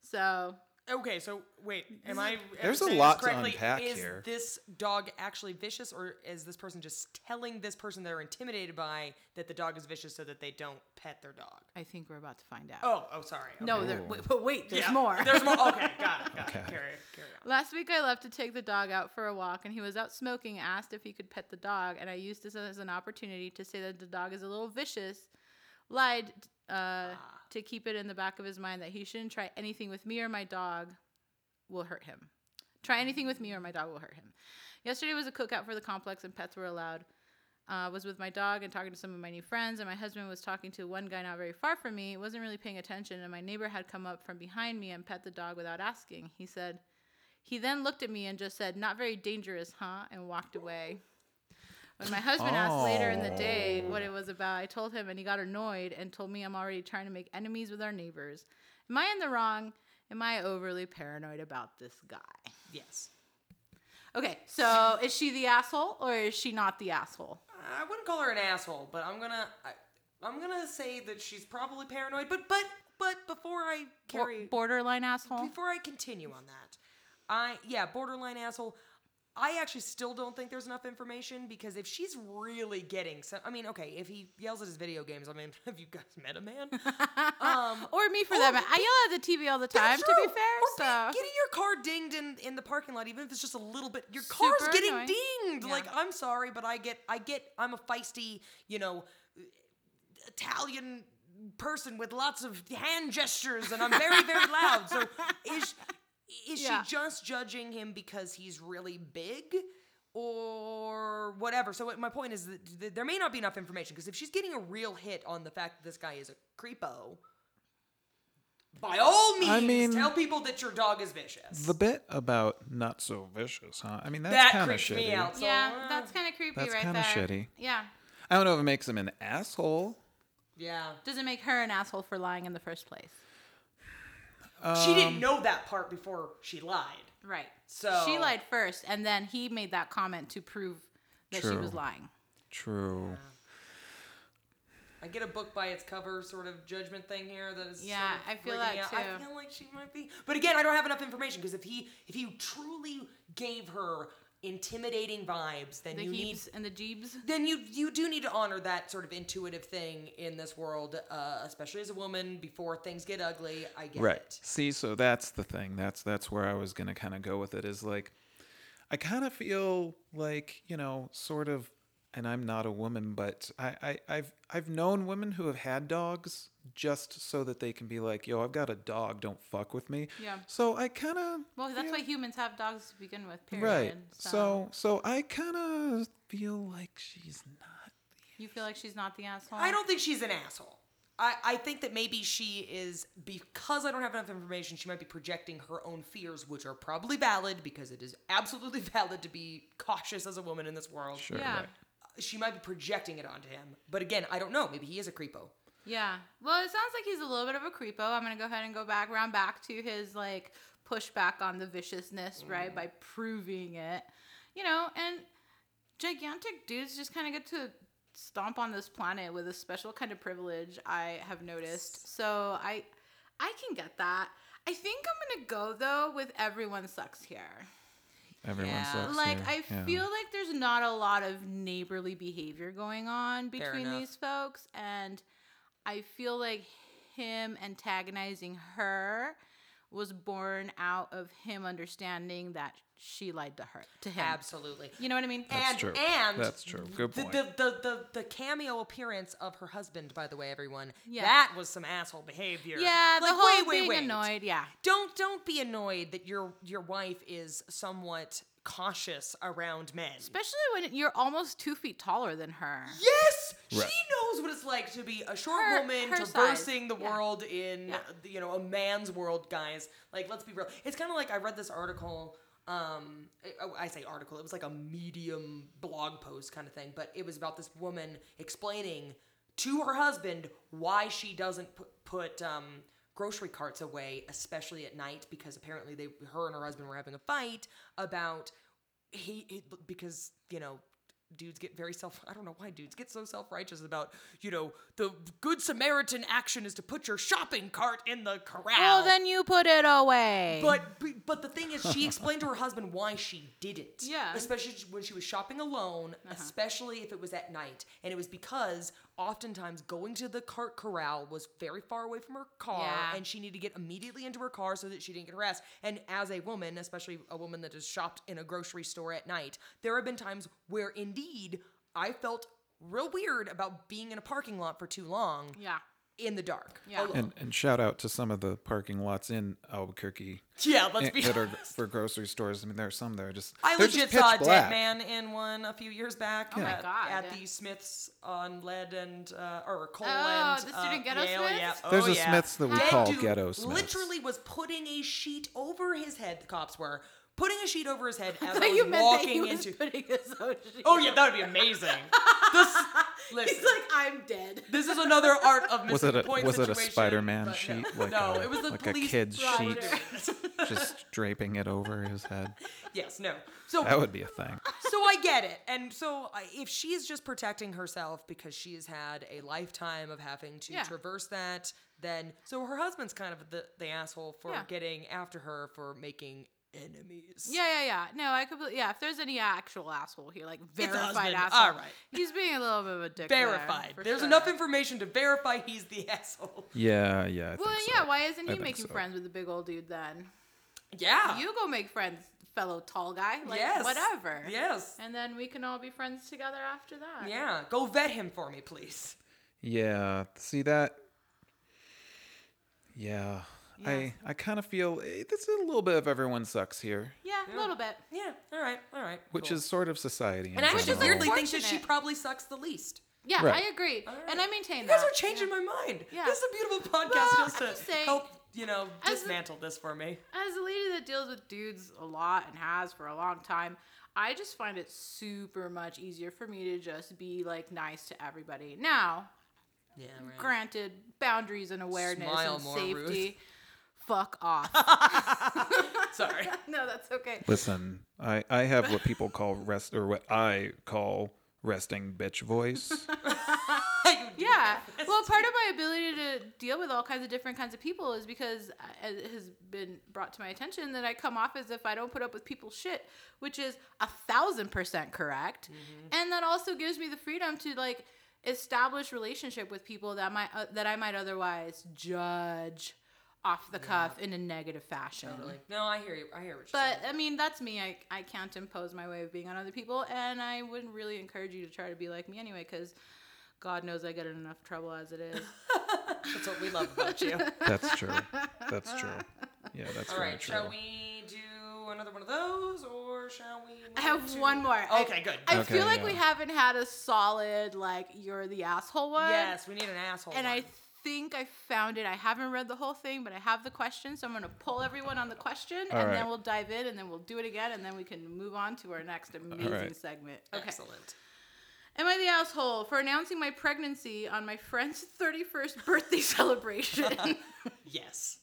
C: So
B: Okay, so wait, am I? am I
A: There's a
B: saying this
A: lot to
B: correctly?
A: unpack
B: is
A: here.
B: this dog actually vicious, or is this person just telling this person they're intimidated by that the dog is vicious so that they don't pet their dog?
C: I think we're about to find out.
B: Oh, oh, sorry. Okay.
C: no, there,
A: Ooh.
C: wait, but wait, there's
B: Yeah,
C: more.
B: There's more. Okay, got it. Got
A: Okay.
B: it. Carry, carry on.
C: Last week, I left to take the dog out for a walk, and he was out smoking. Asked if he could pet the dog, and I used this as an opportunity to say that the dog is a little vicious. Lied uh, to keep it in the back of his mind that he shouldn't try anything with me or my dog will hurt him. Try anything with me or my dog will hurt him. Yesterday was a cookout for the complex, and pets were allowed. uh, was with my dog and talking to some of my new friends, and my husband was talking to one guy not very far from me, wasn't really paying attention, and my neighbor had come up from behind me and pet the dog without asking. He said, he then looked at me and just said, not very dangerous, huh? and walked away. When my husband asked later in the day what it was about, I told him, and he got annoyed and told me I'm already trying to make enemies with our neighbors. Am I in the wrong? Am I overly paranoid about this guy?
B: Yes.
C: Okay, so is she the asshole or is she not the asshole?
B: I wouldn't call her an asshole, but I'm gonna I, I'm gonna say that she's probably paranoid. But but but before I
C: Bo-
B: carry
C: borderline asshole.
B: before I continue on that, I yeah borderline asshole. I actually still don't think there's enough information because if she's really getting some, I mean, okay, if he yells at his video games, I mean, have you guys met a man? Um,
C: Or me for that
B: Or-
C: matter. I yell at the TV all the time,
B: That's
C: to be
B: true.
C: fair.
B: Or
C: so
B: be- getting your car dinged in, in the parking lot, even if it's just a little bit, your car's
C: Super
B: getting
C: annoying.
B: dinged.
C: Yeah.
B: Like I'm sorry, but I get I get I'm a feisty, you know, Italian person with lots of hand gestures, and I'm very very loud. So is is
C: Yeah.
B: she just judging him because he's really big? Or whatever. So what- my point is that th- there may not be enough information because if she's getting a real hit on the fact that this guy is a creepo, by all means,
A: I mean-
B: tell people that your dog is vicious.
A: The bit about not so vicious, huh? I mean, that's
B: that
A: kind of
B: creeps
A: shitty.
B: me out. So,
C: yeah,
B: uh,
C: that's kind of creepy
A: That's
C: right
A: kinda
C: there.
A: shitty.
C: Yeah.
A: I don't know if it makes him an asshole.
B: yeah.
C: Doesn't make her an asshole for lying in the first place.
B: she
A: Um,
B: didn't know that part before she lied.
C: Right.
B: So-
C: she lied first and then he made that comment to prove that she
A: True.
C: was lying.
A: True.
B: I get a book by its cover sort of judgment thing here that is
C: Yeah,
B: sort of
C: I feel
B: freaking
C: that
B: me out. I
C: too.
B: feel like she might be, but again, I don't have enough information because if he if you truly gave her intimidating vibes, then
C: The
B: you need
C: heaps and the jeebs.
B: then you you do need to honor that sort of intuitive thing in this world, uh, especially as a woman before things get ugly. I get it.
A: See, so that's the thing. That's that's where I was gonna kind of go with it. Is like, I kind of feel like you know, sort of, and I'm not a woman, but I, I I've I've known women who have had dogs just so that they can be like, yo, I've got a dog. Don't fuck with me.
C: Yeah.
A: So I kind of
C: Well, that's why humans have dogs to begin with, period.
A: right. So so I kind of feel like she's not.
C: you feel like she's not the asshole?
B: I don't think she's an asshole. I, I think that maybe she is because I don't have enough information, she might be projecting her own fears, which are probably valid because it is absolutely valid to be cautious as a woman in this world.
A: Sure.
C: Yeah.
A: right.
B: She might be projecting it onto him. But again, I don't know. Maybe he is a creepo.
C: Yeah. Well, it sounds like he's a little bit of a creepo. I'm gonna go ahead and go back round back to his like pushback on the viciousness, right? By proving it. You know, and gigantic dudes just kinda get to stomp on this planet with a special kind of privilege, I have noticed. So I I can get that. I think I'm gonna go though with everyone sucks here.
A: Everyone
B: Yeah.
A: sucks.
C: Like
A: here.
C: I
A: Yeah.
C: feel like there's not a lot of neighborly behavior going on between
B: enough.
C: these folks and I feel like him antagonizing her was born out of him understanding that she lied to her to him.
B: Absolutely.
C: You know what I mean?
A: That's
B: and,
A: true.
B: And
A: That's true. Good
B: the,
A: point.
B: The, the, the, the cameo appearance of her husband, by the way, everyone.
C: Yeah.
B: That was some asshole behavior.
C: yeah, the
B: Like,
C: whole
B: wait, wait,
C: being
B: wait.
C: annoyed. Yeah.
B: Don't don't be annoyed that your your wife is somewhat cautious around men.
C: Especially when you're almost two feet taller than her.
B: Yes, she
A: Right.
B: knows what it's like to be a short
C: Her-
B: woman
C: her size,
B: traversing the
C: yeah.
B: world in
C: Yeah.
B: you know a man's world, guys. Like, let's be real. It's kind of like I read this article. Um, I- I say article. It was like a medium blog post kind of thing, but it was about this woman explaining to her husband why she doesn't put, put um, grocery carts away, especially at night, because apparently they, her and her husband were having a fight about he, he because you know dudes get very self i don't know why dudes get so self-righteous about you know the good samaritan action is to put your shopping cart in the corral
C: Well, then you put it away.
B: but but the thing is she explained to her husband why she didn't
C: Yeah. Uh-huh.
B: especially when she was shopping alone especially if it was at night and it was because oftentimes going to the cart corral was very far away from her car
C: Yeah.
B: and she needed to get immediately into her car so that she didn't get harassed and as a woman especially a woman that has shopped in a grocery store at night there have been times where indeed i felt real weird about being in a parking lot for too long
C: yeah.
B: in the dark
C: Yeah.
B: Alone.
A: And and shout out to some of the parking lots in Albuquerque
B: yeah let's be
A: that are
B: honest.
A: for grocery stores. I mean, there are some that are just
B: I
A: they're
B: legit
A: just pitch
B: saw a dead
A: black.
B: man in one a few years back.
C: Oh my
B: at,
C: God.
B: At the Smiths on lead and uh, or coal
C: Oh,
B: and
C: the
B: uh,
C: student ghetto
B: Yale,
C: Smiths?
B: Yeah.
A: There's
B: oh,
A: a
B: yeah.
A: Smiths that we
B: That
A: call
B: dude
A: ghetto Smiths.
B: Literally was putting a sheet over his head. The cops were putting a sheet over his head as I
C: So
B: was
C: you meant that
B: walking
C: he was
B: into.
C: putting his own shit.
B: oh yeah, that would be amazing. this, listen,
C: He's like, I'm dead.
B: this is another art of
A: Was it a
B: point
A: was it a
B: situation,
A: Spider-Man
B: but
A: sheet?
B: No,
A: Like
B: no
A: a,
B: it was the
A: like a
B: police
A: kid's sheet,
B: proper-
A: just draping it over his head.
B: yes, no. So
A: That would be a thing.
B: so I get it. And so I- if she's just protecting herself because she has had a lifetime of having to
C: Yeah.
B: traverse that, then so her husband's kind of the, the asshole for
C: Yeah.
B: getting after her for making enemies.
C: Yeah, yeah, yeah. No, I completely. Yeah, if there's any actual asshole here, like
B: It's a
C: verified
B: husband.
C: asshole.
B: All right.
C: He's being a little bit of a dick. there,
B: Verified.
C: for
B: There's
C: sure.
B: enough information to verify he's the asshole.
A: Yeah, yeah. I
C: Well,
A: think so.
C: yeah. Why isn't
A: I
C: he
A: think
C: making
A: so.
C: friends with the big old dude then?
B: Yeah.
C: You go make friends, fellow tall guy. Like,
B: yes.
C: Whatever.
B: Yes.
C: And then we can all be friends together after that.
B: Yeah. Go vet him for me, please.
A: Yeah, see that? Yeah. I I kind of feel eh, this is a little bit of everyone sucks here,
C: Yeah, a little bit.
B: Yeah. All right. All right.
A: which
B: cool.
A: is sort of society. in
B: and I
C: Which is
B: actually
A: general.
B: weirdly think that she
C: unfortunate.
B: probably sucks the least.
C: Yeah,
A: Right.
C: I agree.
B: All right.
C: And I maintain
B: You
C: that.
B: guys are changing my mind.
C: Yeah.
B: This is a beautiful podcast
C: Well,
B: just to
C: I'm just saying-
B: help, you know,
C: As a-
B: dismantle this for me.
C: As a lady that deals with dudes a lot and has for a long time, I just find it super much easier for me to just be like nice to everybody. Now,
B: Yeah, right.
C: granted, boundaries and awareness
B: Smile
C: and
B: more,
C: safety.
B: Ruth.
C: Fuck off.
B: Sorry.
C: no, that's okay.
A: Listen, I I have what people call rest or what I call resting bitch voice.
C: Yeah. Well, part of my ability to deal with all kinds of different kinds of people is because I- it has been brought to my attention that I come off as if I don't put up with people's shit, which is a thousand percent correct.
B: Mm-hmm.
C: And that also gives me the freedom to like establish relationship with people that might uh, that I might otherwise judge off the cuff in a negative fashion.
B: Totally. No, I hear you. I hear what you're
C: But
B: saying.
C: I mean, that's me. I, I can't impose my way of being on other people, and I wouldn't really encourage you to try to be like me anyway, because God knows I get in enough trouble as it is.
B: That's what we love about you.
A: That's true. That's true. Yeah, that's
B: All
A: very
B: right.
A: true.
B: Shall we do another one of those, or shall we?
C: I have
B: move to-
C: one more. I-
B: Okay, good.
C: I
A: Okay,
C: feel like we
A: yeah.
C: haven't had a solid like you're the asshole one.
B: yes, we need an asshole.
C: And I
B: one.
C: think I found it. I haven't read the whole thing, but I have the question, so I'm gonna pull everyone on the question,
A: All
C: and
A: right.
C: then we'll dive in, and then we'll do it again, and then we can move on to our next amazing
A: right.
C: segment. Okay.
B: Excellent.
C: Am I the asshole for announcing my pregnancy on my friend's 31st birthday celebration?
B: Yes.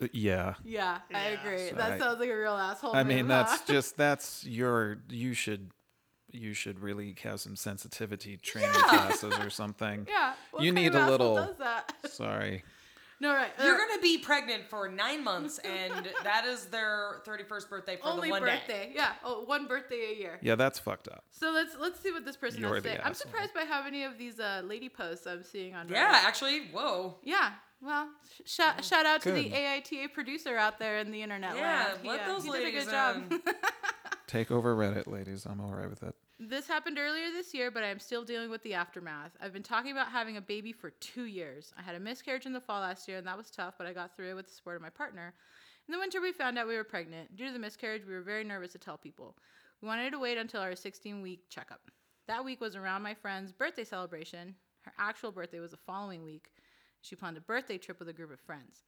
A: Uh, yeah.
C: yeah, I agree. That
A: I-
C: sounds like a real asshole.
A: I
C: move,
A: mean,
C: huh?
A: that's just that's your you should you should really have some sensitivity training classes or something.
C: yeah. what
A: you
C: kind
A: need
C: of
A: a
C: asshole
A: little-
C: Does that?
A: Sorry.
C: No, right.
B: You're
C: uh,
B: gonna be pregnant for nine months, and that is their 31st birthday for
C: only
B: the one
C: birthday.
B: day.
C: Yeah. Oh, one birthday a year.
A: Yeah, that's fucked up.
C: So let's let's see what this person
A: You're
C: has to
A: the
C: say. I'm
A: asshole.
C: surprised by how many of these uh, lady posts I'm seeing on.
B: Yeah,
C: Reddit.
B: actually, whoa.
C: Yeah. Well, sh- shout shout out to the
A: Good.
C: AITA producer out there in the internet
B: Yeah,
C: land.
B: let those
C: he did a
B: ladies um,
C: good job.
B: in.
A: Take over Reddit, ladies. I'm all right with it.
C: This happened earlier this year, but I'm still dealing with the aftermath. I've been talking about having a baby for two years. I had a miscarriage in the fall last year, and that was tough, but I got through it with the support of my partner. In the winter, we found out we were pregnant. Due to the miscarriage, we were very nervous to tell people. We wanted to wait until our 16 week checkup. That week was around my friend's birthday celebration. Her actual birthday was the following week. She planned a birthday trip with a group of friends.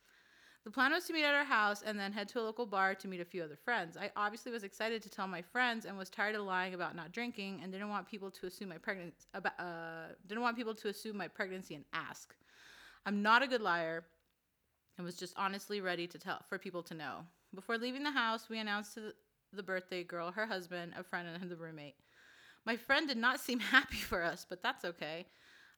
C: The plan was to meet at our house and then head to a local bar to meet a few other friends. I obviously was excited to tell my friends and was tired of lying about not drinking and didn't want people to assume my pregnancy about, uh, didn't want people to assume my pregnancy and ask. I'm not a good liar and was just honestly ready to tell for people to know. Before leaving the house, we announced to the, the birthday girl, her husband, a friend, and the roommate. My friend did not seem happy for us, but that's okay.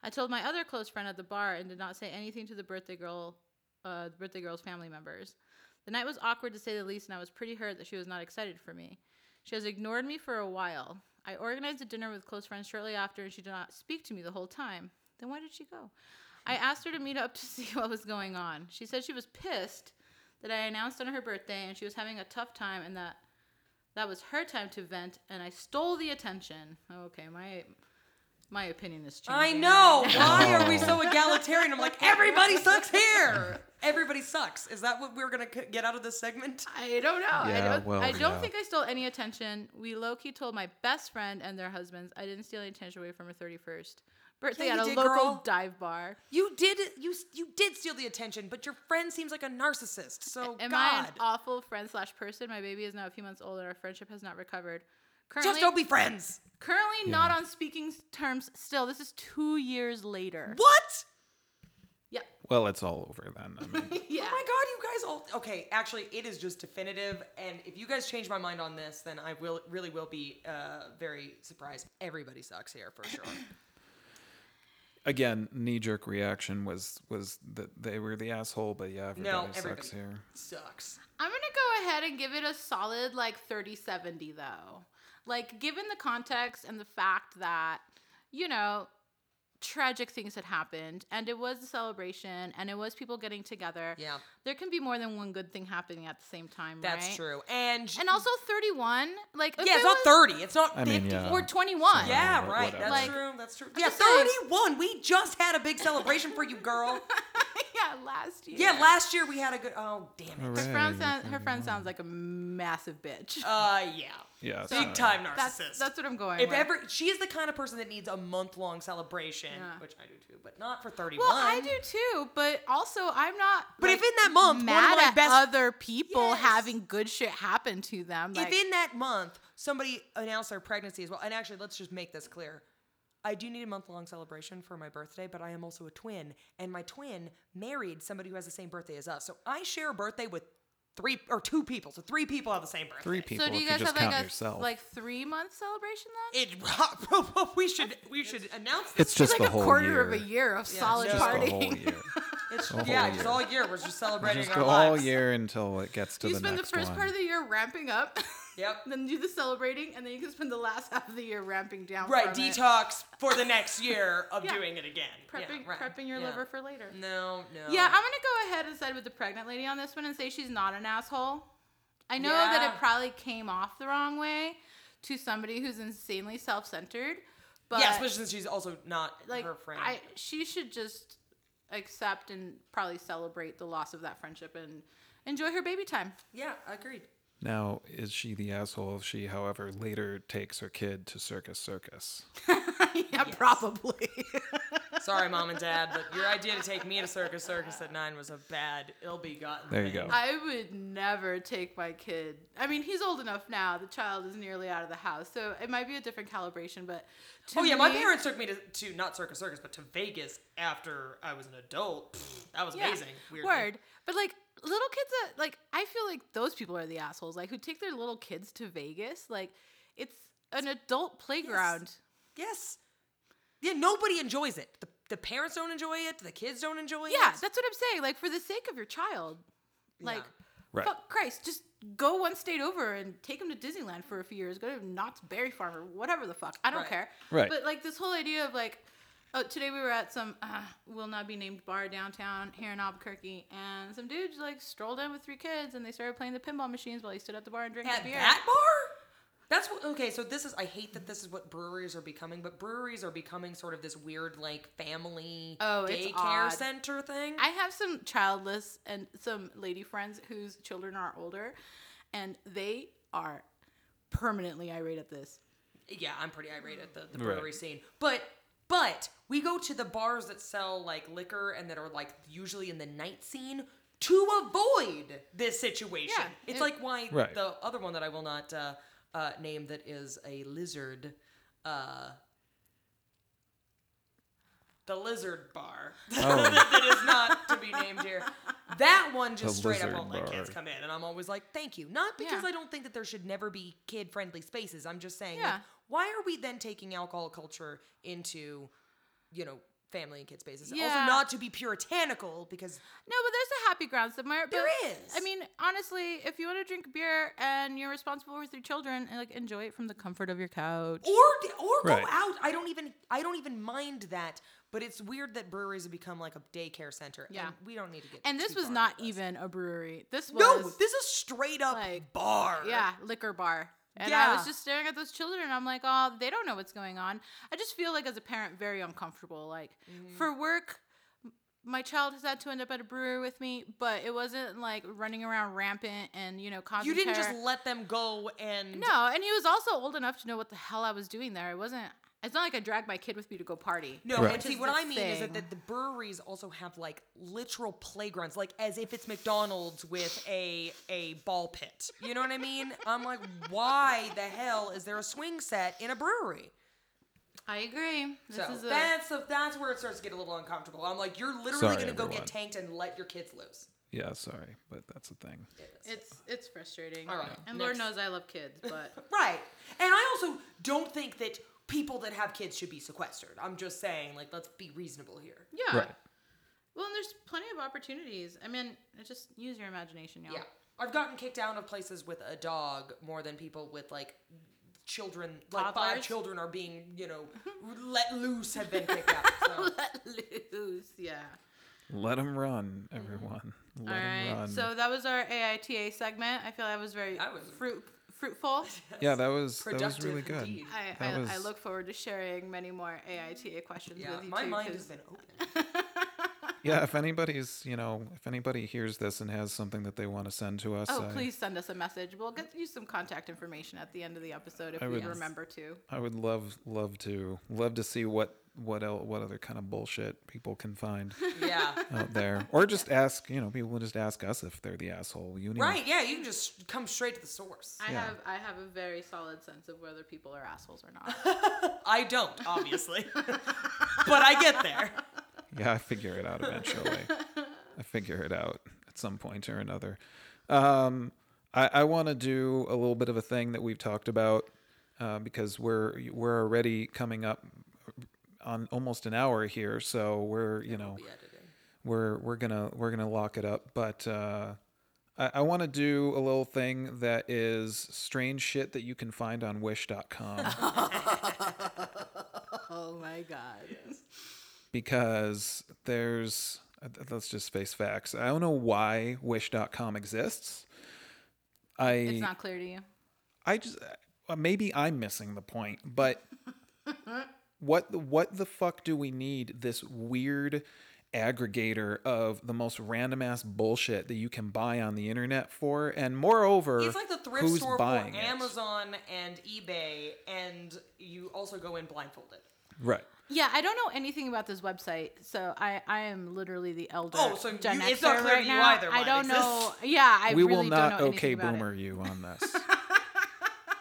C: I told my other close friend at the bar and did not say anything to the birthday girl, uh, the birthday girl's family members. The night was awkward to say the least, and I was pretty hurt that she was not excited for me. She has ignored me for a while. I organized a dinner with close friends shortly after, and she did not speak to me the whole time. Then why did she go? I asked her to meet up to see what was going on. She said she was pissed that I announced on her birthday and she was having a tough time and that that was her time to vent and I stole the attention. Okay, my my opinion is changing.
B: I know. Why are we so egalitarian? I'm like, everybody sucks here. Everybody sucks. Is that what we're gonna c- get out of this segment?
C: I don't know. I
A: Yeah,
C: don't,
A: well,
C: I don't
A: yeah.
C: think I stole any attention. We low key told my best friend and their husbands I didn't steal any attention away from her 31st birthday
B: Yeah, you
C: at a
B: did,
C: local
B: girl.
C: dive bar.
B: You did. You you did steal the attention, but your friend seems like a narcissist. So
C: Am I an
B: Oh, God,
C: awful friend slash person? My baby is now a few months old and our friendship has not recovered. Currently,
B: just don't be friends.
C: currently not
A: Yeah.
C: on speaking s- terms still. This is two years later.
B: What?
C: Yep.
A: Well, it's all over then. I mean,
C: Yeah.
B: Oh my God, you guys all. Okay, actually, it is just definitive. And if you guys change my mind on this, then I will really will be uh, very surprised. Everybody sucks here for sure.
A: again, knee jerk reaction was was that they were the asshole, but yeah, everybody
B: no, everybody
A: sucks here.
B: sucks.
C: I'm going to go ahead and give it a solid like 30 70 though. Like given the context and the fact that you know tragic things had happened and it was a celebration and it was people getting together.
B: Yeah.
C: There can be more than one good thing happening at the same time,
B: That's
C: right?
B: true. And
C: And also 31, like if
B: yeah,
C: it
B: it's not
C: was-
B: thirty. It's not
A: I
B: fifty.
A: mean, yeah.
C: or 21.
B: Yeah,
A: Yeah,
B: right.
A: whatever.
B: That's
C: Like-
B: true. That's true. Yeah,
C: just saying.
B: 31. We just had a big celebration for you, girl.
C: yeah, last year.
B: Yeah, last year we had a good. Oh, damn it.
C: Her
A: Hooray,
C: friend, sound, her
A: everybody.
C: friend sounds like a massive bitch.
B: Uh, yeah.
A: Yeah, it's
B: Big
A: not-
B: time
C: that's
B: narcissist.
C: that's what I'm going.
B: if
C: with.
B: ever she is the kind of person that needs a month long celebration,
C: Yeah.
B: which I do too, but not for 31.
C: well, I do too, but also I'm not.
B: But
C: like,
B: if in that month, one of
C: mad
B: my
C: at
B: best-
C: other people
B: Yes.
C: having good shit happen to them, like,
B: if in that month somebody announced their pregnancy as well, and actually, let's just make this clear. I do need a month long celebration for my birthday, but I am also a twin, and my twin married somebody who has the same birthday as us. So I share a birthday with three or two people. So three people have the same birthday.
A: Three people.
C: so do
A: if
C: you guys
A: just
C: have like
A: count
C: a
A: yourself.
C: like three month celebration then?
B: It we should we should announce this.
A: it's just
C: like
A: the
C: a
A: whole
C: quarter
A: year.
C: of a year of solid
B: Just
A: Just the whole
C: partying.
A: year.
B: It's,
A: whole
B: yeah, just
A: year.
B: all year we're just celebrating
A: just
B: our
A: go
B: lives.
A: all year until it gets to
C: You
A: the
C: spend the
A: next
C: first
A: one.
C: part of the year ramping up,
B: Yep.
C: then do the celebrating, and then you can spend the last half of the year ramping down.
B: Right,
C: from it.
B: detox for the next year of
C: Yeah.
B: doing it again. Yeah,
C: prepping
B: right.
C: prepping your
B: Yeah.
C: liver for later.
B: No, no.
C: Yeah, I'm gonna go ahead and side with the pregnant lady on this one and say she's not an asshole. I know that
B: Yeah.
C: it probably came off the wrong way to somebody who's insanely self-centered, but
B: yeah, especially since she's also not
C: like
B: her friend.
C: I, she should just accept and probably celebrate the loss of that friendship and enjoy her baby time.
B: yeah, agreed.
A: Now, is she the asshole if she, however, later takes her kid to Circus Circus?
C: yeah, probably.
B: Sorry, mom and dad, but your idea to take me to Circus Circus at nine was a bad, ill-begotten.
A: There you
B: thing.
A: go.
C: I would never take my kid. I mean, he's old enough now. The child is nearly out of the house, so it might be a different calibration. But to
B: Oh yeah, my
C: me-
B: parents took me to, to not Circus Circus, but to Vegas after I was an adult. Pfft, That was
C: Yeah.
B: amazing. Weirdly.
C: Word. But like little kids that like I feel like those people are the assholes. Like who take their little kids to Vegas. Like it's an adult playground.
B: Yes. Yeah, nobody enjoys it. The, the parents don't enjoy it. The kids don't enjoy
C: Yeah,
B: it.
C: that's what I'm saying. Like for the sake of your child. Like
A: Right.
C: fuck Christ, just go one state over and take them to Disneyland for a few years. Go to Knott's Berry Farm or whatever the fuck. I don't
B: Right.
C: care.
A: Right.
C: But like this whole idea of like Oh, today we were at some uh, will not be named bar downtown here in Albuquerque, and some dudes like strolled in with three kids, and they started playing the pinball machines while he stood at the bar and drank
B: At
C: beer.
B: that bar? That's what, okay. So this is I hate that this is what breweries are becoming, but breweries are becoming sort of this weird like family
C: Oh, it's
B: daycare
C: odd.
B: center thing.
C: I have some childless and some lady friends whose children are older, and they are permanently irate at this.
B: yeah, I'm pretty irate at the, the
A: Right.
B: brewery scene. But but we go to the bars that sell like liquor and that are like usually in the night scene to avoid this situation.
C: Yeah,
B: it's
C: it-
B: like why
A: Right.
B: the other one that I will not uh, uh, name that is a lizard. Uh, the lizard bar
A: Oh,
B: that is not to be named here. That one just
A: The
B: straight up
A: lizard
B: won't let kids
A: bar.
B: come in, and I'm always like, "Thank you." Not because
C: Yeah.
B: I don't think that there should never be kid-friendly spaces. I'm just saying, like,
C: Yeah.
B: why are we then taking alcohol culture into, you know, family and kid spaces?
C: Yeah.
B: Also, not to be puritanical because
C: No, but there's a happy ground somewhere. But,
B: There is.
C: I mean, honestly, if you want to drink beer and you're responsible for three children, and like enjoy it from the comfort of your couch.
B: or or
A: Right.
B: go out. I don't even I don't even mind that. But it's weird that breweries have become like a daycare center.
C: Yeah.
B: and we don't need to get.
C: And this
B: too
C: was
B: far
C: not
B: into this.
C: even a brewery. This was
B: No, this is straight up
C: like-
B: bar.
C: yeah, liquor bar. And I was
B: Yeah.
C: just staring at those children and I'm like, "Oh, they don't know what's going on." I just feel like as a parent very uncomfortable. Like
B: Mm.
C: for work, m- my child has had to end up at a brewery with me, but it wasn't like running around rampant and, you know, causing
B: You didn't
C: terror.
B: just let them go and
C: No, and he was also old enough to know what the hell I was doing there. It wasn't. It's not like I dragged my kid with me to go party.
B: No,
A: Right.
B: and
A: Which
B: see
C: is
B: what
C: the
B: I mean is that,
C: thing.
B: that the breweries also have like literal playgrounds, like as if it's McDonald's with a a ball pit. You know what I mean? I'm like, why the hell is there a swing set in a brewery?
C: I agree. This
B: so
C: is a,
B: that's the- that's where it starts to get a little uncomfortable. I'm like, you're
A: Sorry,
B: literally gonna go
A: everyone.
B: get tanked and let your kids loose.
A: yeah, sorry, but that's the thing.
C: it's it's frustrating.
B: All right,
C: And Lord
B: next.
C: knows I love kids, but
B: Right. And I also don't think that people that have kids should be sequestered. I'm just saying, like, let's be reasonable here.
C: yeah.
A: Right.
C: Well, and there's plenty of opportunities. I mean, just use your imagination, y'all.
B: Yeah. I've gotten kicked out of places with a dog more than people with like children like five
C: Toddlers?
B: children are being, you know, let loose have been kicked out. So
C: Let loose, yeah.
A: Let them run, everyone. Let
C: Mm. All
A: 'em
C: right.
A: run.
C: So that was our AITA segment. I feel that was very
B: That was-
C: fruit fruitful.
A: yeah, that was that was
B: productive
A: really good.
B: indeed.
C: I,
A: That
C: I, I
A: was-
C: look forward to sharing many more AITA questions
B: yeah,
C: with you.
B: my
C: too,
B: mind
C: 'cause-
B: has been open.
A: Yeah, if anybody's you know if anybody hears this and has something that they want to send to us,
C: Oh,
A: I,
C: please send us a message. We'll get you some contact information at the end of the episode if
A: I
C: we
A: would-
C: remember to.
A: I would love love to love to see what what el- what other kind of bullshit people can find
B: Yeah.
A: out there, or just ask you know people just ask us if they're the asshole. You need
B: Right, yeah, you can just come straight to the source.
C: I
A: Yeah.
C: have I have a very solid sense of whether people are assholes or not.
B: I don't, obviously. but I get there.
A: Yeah, I figure it out eventually. I figure it out at some point or another. Um, I, I want to do a little bit of a thing that we've talked about uh, because we're we're already coming up on almost an hour here, so we're you know
B: Be editing.
A: we're we're gonna we're gonna lock it up. But uh, I, I want to do a little thing that is strange shit that you can find on Wish.com.
C: oh my god.
A: because there's let's just face facts. I don't know why wish.com exists. I
C: It's not clear to you.
A: I just uh, maybe I'm missing the point, but what the- what the fuck do we need this weird aggregator of the most random ass bullshit that you can buy on the internet for and moreover
B: It's like the thrift
A: who's
B: store for
A: buying it?
B: Amazon and eBay, and you also go in blindfolded.
A: right
C: Yeah, I don't know anything about this website, so I, I am literally the elder.
B: Oh, so
C: Gen
B: you- it's
C: Xer
B: not clear to
C: right
B: you
C: now.
B: either why
C: I
B: it
C: don't know.
B: exists.
C: Yeah, I
A: we
C: really
A: will not
C: don't know
A: okay
C: anything about it.
A: boomer you on this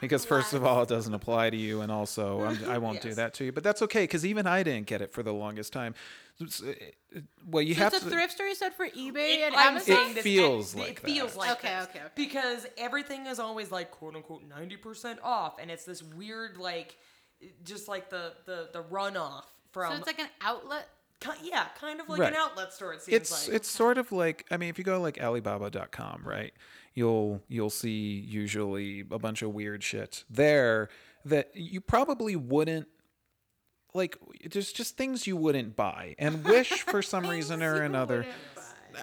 A: because first of all it doesn't apply to you and also I'm, i won't do
B: Yes.
A: that to you but that's okay because even i didn't get it for the longest time It's- it- it- well you have
C: It's a
A: to
C: thrift store you said for eBay and
B: I'm
C: Amazon.
B: saying this-
A: feels
B: it-
A: like
B: it
A: that.
B: feels like
C: Okay,
B: this.
C: okay, okay.
B: because everything is always like quote unquote ninety percent off, and it's this weird like just like the the the runoff from
C: so it's like an outlet.
B: ki- yeah, kind of like
A: Right.
B: an outlet store. It seems
A: it's
B: like
A: it's sort of like i mean if you go like alibaba.com right you'll you'll see usually a bunch of weird shit there that you probably wouldn't like there's just things you wouldn't buy and wish for some reason or another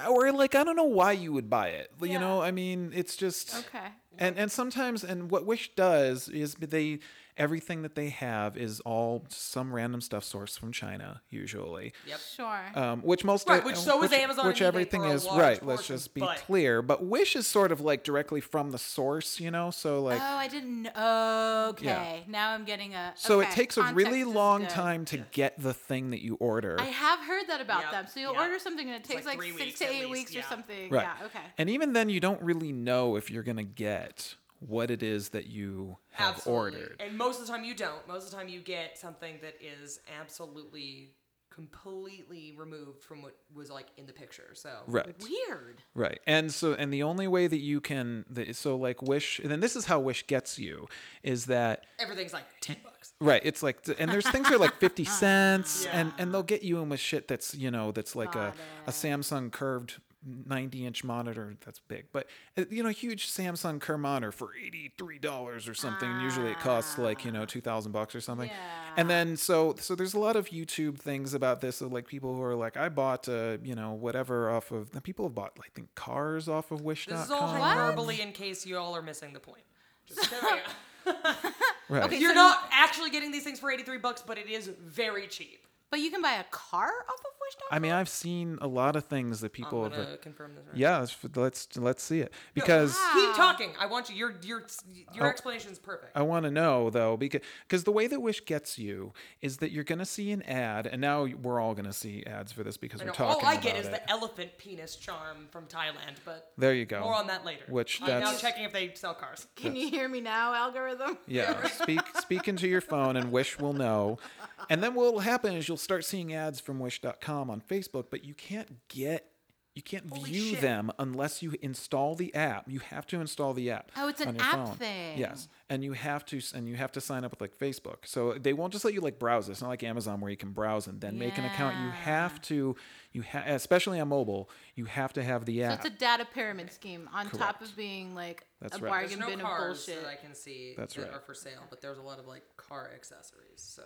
A: or like I don't know why you would buy it. You
C: Yeah.
A: know, I mean, it's just
C: Okay.
A: And and sometimes and what Wish does is they everything that they have is all some random stuff sourced from China usually.
B: Yep.
C: Sure.
A: Um, which most
B: Right, which so is Amazon
A: which
B: and eBay
A: everything
B: for a
A: is
B: large
A: right. Let's
B: portion,
A: just be
B: but-
A: clear. But Wish is sort of like directly from the source, you know. So like,
C: oh, I didn't. Know. Okay. Now I'm getting a.
A: so it
C: okay,
A: takes a
C: context
A: really
C: is
A: long
C: good.
A: time to get the thing that you order.
C: I have heard that about
B: Yep,
C: them. So you'll
B: yep.
C: order something and it takes
B: like three
C: like, six
B: weeks
C: to
B: at
C: eight
B: least,
C: weeks or
B: yeah.
C: something.
A: Right.
C: Yeah. Okay.
A: And even then, you don't really know if you're gonna get what it is that you have
B: Absolutely.
A: ordered.
B: And most of the time you don't. Most of the time you get something that is absolutely completely removed from what was like in the picture. So
A: Right.
C: Weird.
A: Right. And so and the only way that you can the, so like wish and then this is how wish gets you is that
B: everything's like ten bucks.
A: right it's like and there's things that are like 50 cents and and they'll get you in with shit that's you know that's like a, a Samsung curved 90 inch monitor that's big but uh, you know huge Samsung curved monitor for $83 or something usually it costs like
B: Ah.
A: you know 2000 bucks or something and then so so there's a lot of YouTube things about this of like people who are like I bought uh you know whatever off of the people have bought I think cars off of wish.com
B: This is all hyperbole in case you all are missing the point. Just carry on.
A: right
C: Okay.
B: You're
C: so-
B: not actually getting these things for 83 bucks, but it is very cheap.
C: But you can buy a car off of Wish.
A: I mean, I've seen a lot of things that people
B: I'm
A: have. uh,
B: gonna confirm this. Right now.
A: yeah, let's- let's let's see it because Oh.
B: Keep talking. I want you. Your your your explanation is perfect.
A: I want to know though because because the way that Wish gets you is that you're gonna see an ad, and now we're all gonna see ads for this because we're
B: No,
A: talking.
B: all I get
A: about
B: is
A: it.
B: the elephant penis charm from Thailand, but
A: There you go.
B: more on that later.
A: Which
B: I'm now
A: that's-
B: checking if they sell cars.
C: Can you hear me now, algorithm?
A: Yeah, speak speak into your phone, and Wish will know. And then what'll happen is you'll start seeing ads from Wish.com on Facebook, but you can't get. You can't view
B: shit.
A: them unless you install the app. You have to install the app.
C: Oh, it's an
A: on your
C: app
A: phone.
C: thing.
A: Yes, and you have to s- and you have to sign up with like Facebook. So they won't just let you like browse. It's not like Amazon where you can browse and then make an account. You
C: Yeah.
A: have to, you ha- especially on mobile, you have to have the
C: So
A: app.
C: it's a data pyramid scheme on top
A: Correct.
C: of being like
A: That's
C: a
A: right.
B: There's
C: bargain
B: no
C: bin of
B: cars
C: bullshit.
B: that I can see
A: That's
B: that
A: right.
B: are for sale, but there's a lot of like car accessories. So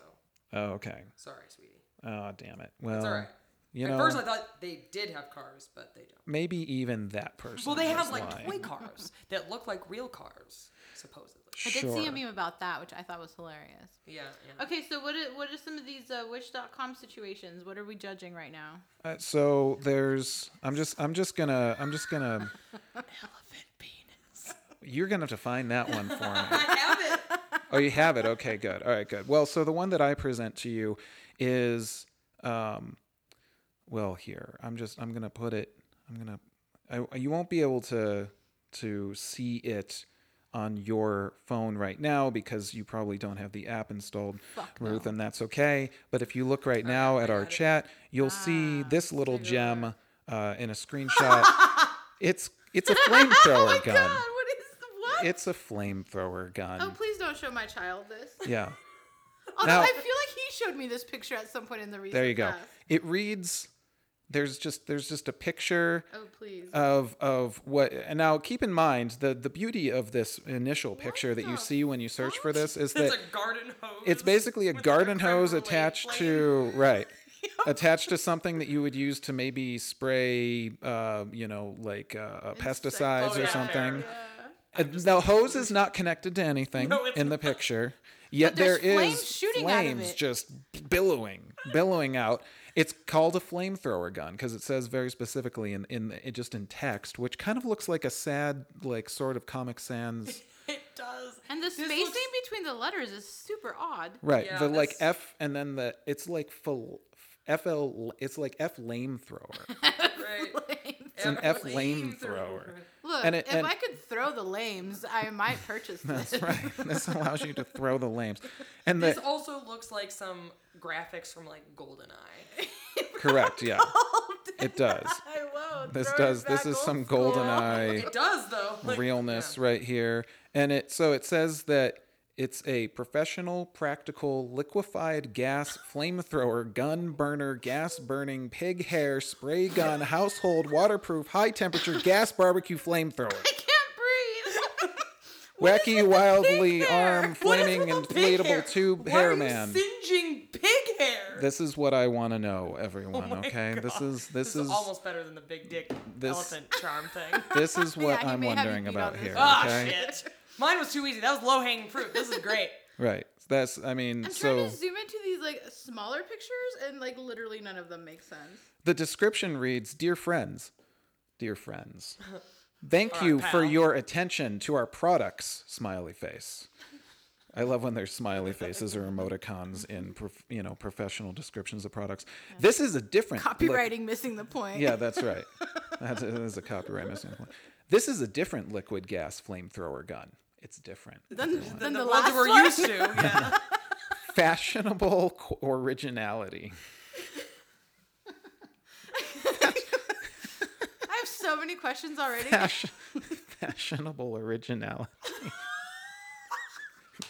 A: oh, okay.
B: sorry, sweetie.
A: Oh, damn it. Well,
B: It's all right.
A: you
B: At
A: know,
B: first, I thought they did have cars, but they don't.
A: maybe even that person.
B: Well, they
A: was
B: have like
A: lying.
B: toy cars that look like real cars, supposedly.
C: I did see
A: Sure.
C: a meme about that, which I thought was hilarious.
B: Yeah, yeah.
C: Okay, so what are, what are some of these uh, Wish.com situations? What are we judging right now?
A: Uh, so there's. I'm just. I'm just gonna. I'm just gonna.
B: Elephant penis.
A: You're gonna have to find that one for me.
B: I have it.
A: Oh, you have it. Okay, good. All right, good. Well, so the one that I present to you is, um, well, here I'm just I'm gonna put it. I'm gonna. I, you won't be able to to see it on your phone right now because you probably don't have the app installed, Ruth, and that's okay. But if you look right now at our chat,
C: Ah,
A: you'll see this little gem uh, in a screenshot. it's it's a flamethrower gun.
C: Oh God, what is what?
A: It's a flamethrower gun.
C: oh, please don't show my child this.
A: Yeah.
C: Although
A: Um, Now-
C: I feel like he showed me this picture at some point in the recent
A: There you go.
C: past.
A: It reads there's just there's just a picture
C: Oh please.
A: of of what and now keep in mind the the beauty of this initial picture that you
C: the
A: see when you search for this is
B: It's
A: that
B: a garden hose.
A: it's basically a
B: with, like,
A: garden hose
B: Chevrolet
A: attached
B: flame.
A: to right attached to something that you would use to maybe spray uh, you know like uh, uh, pesticides
B: Oh,
A: or
B: yeah,
A: something
B: fair.
A: Uh, now hose is not connected to anything
B: No, it's
A: in the picture yet
C: there's
A: there is
C: flames shooting out of
A: flames
C: it.
A: just billowing billowing out it's called a flamethrower gun because it says very specifically in, in it just in text which kind of looks like a sad like sort of comic sans
B: It does.
C: and the
B: This
C: spacing
B: looks-
C: between the letters is super odd.
A: right
B: Yeah,
A: the like
B: that's-
A: f and then the it's like fl, fl it's like f flamethrower
B: Right.
A: it's an f flamethrower
B: flamethrower.
C: Look,
A: And it-
C: if
A: and-
C: I could throw the lames, I might purchase this.
A: right this allows you to throw the lames and the
B: This also looks like some graphics from like GoldenEye.
A: correct yeah it does
C: I won't.
A: this
C: throw it
A: does this
C: back
A: is
C: old
A: some
C: school.
A: golden eye
B: It does though. Like,
A: realness
B: yeah.
A: right here and it so it says that it's a professional practical liquefied gas flamethrower gun burner gas burning pig hair spray gun household waterproof high temperature gas barbecue flamethrower
C: I can't breathe.
A: wacky wildly
C: hair?
A: arm
B: What is
A: flaming
B: with the pig hair?
A: inflatable tube
B: Why
A: hair
B: are you
A: man
B: Singeing pig
A: This is what I want to
B: Oh
A: know, everyone. okay, this is this, is,
B: almost better than the big dick
A: this-
B: elephant charm thing.
A: this is what
C: Yeah, he
A: I'm
C: may have you
A: wondering
C: beat
A: about
C: on this
A: here.
C: one.
B: Ah,
A: Okay,
B: shit. Mine was too easy. That was low hanging fruit. This is great.
A: right. That's I mean,
C: I'm
A: so
C: trying to zoom into these like smaller pictures, and like literally none of them make sense.
A: the description reads, "Dear friends, dear friends." Thank you for
B: pal.
A: your attention to our products. Smiley face. I love when there's smiley faces or emoticons in prof- you know professional descriptions of products. This is a different look-
C: Copywriting missing the point.
A: Yeah, that's right. That's that is a copyright missing one. This is a different liquid gas flamethrower gun. It's different.
C: Then, then the,
B: the ones
C: last
B: we're
C: one.
B: used to. Yeah.
A: Fashionable qu- originality.
C: I have so many questions already.
A: Fash- fashionable originality.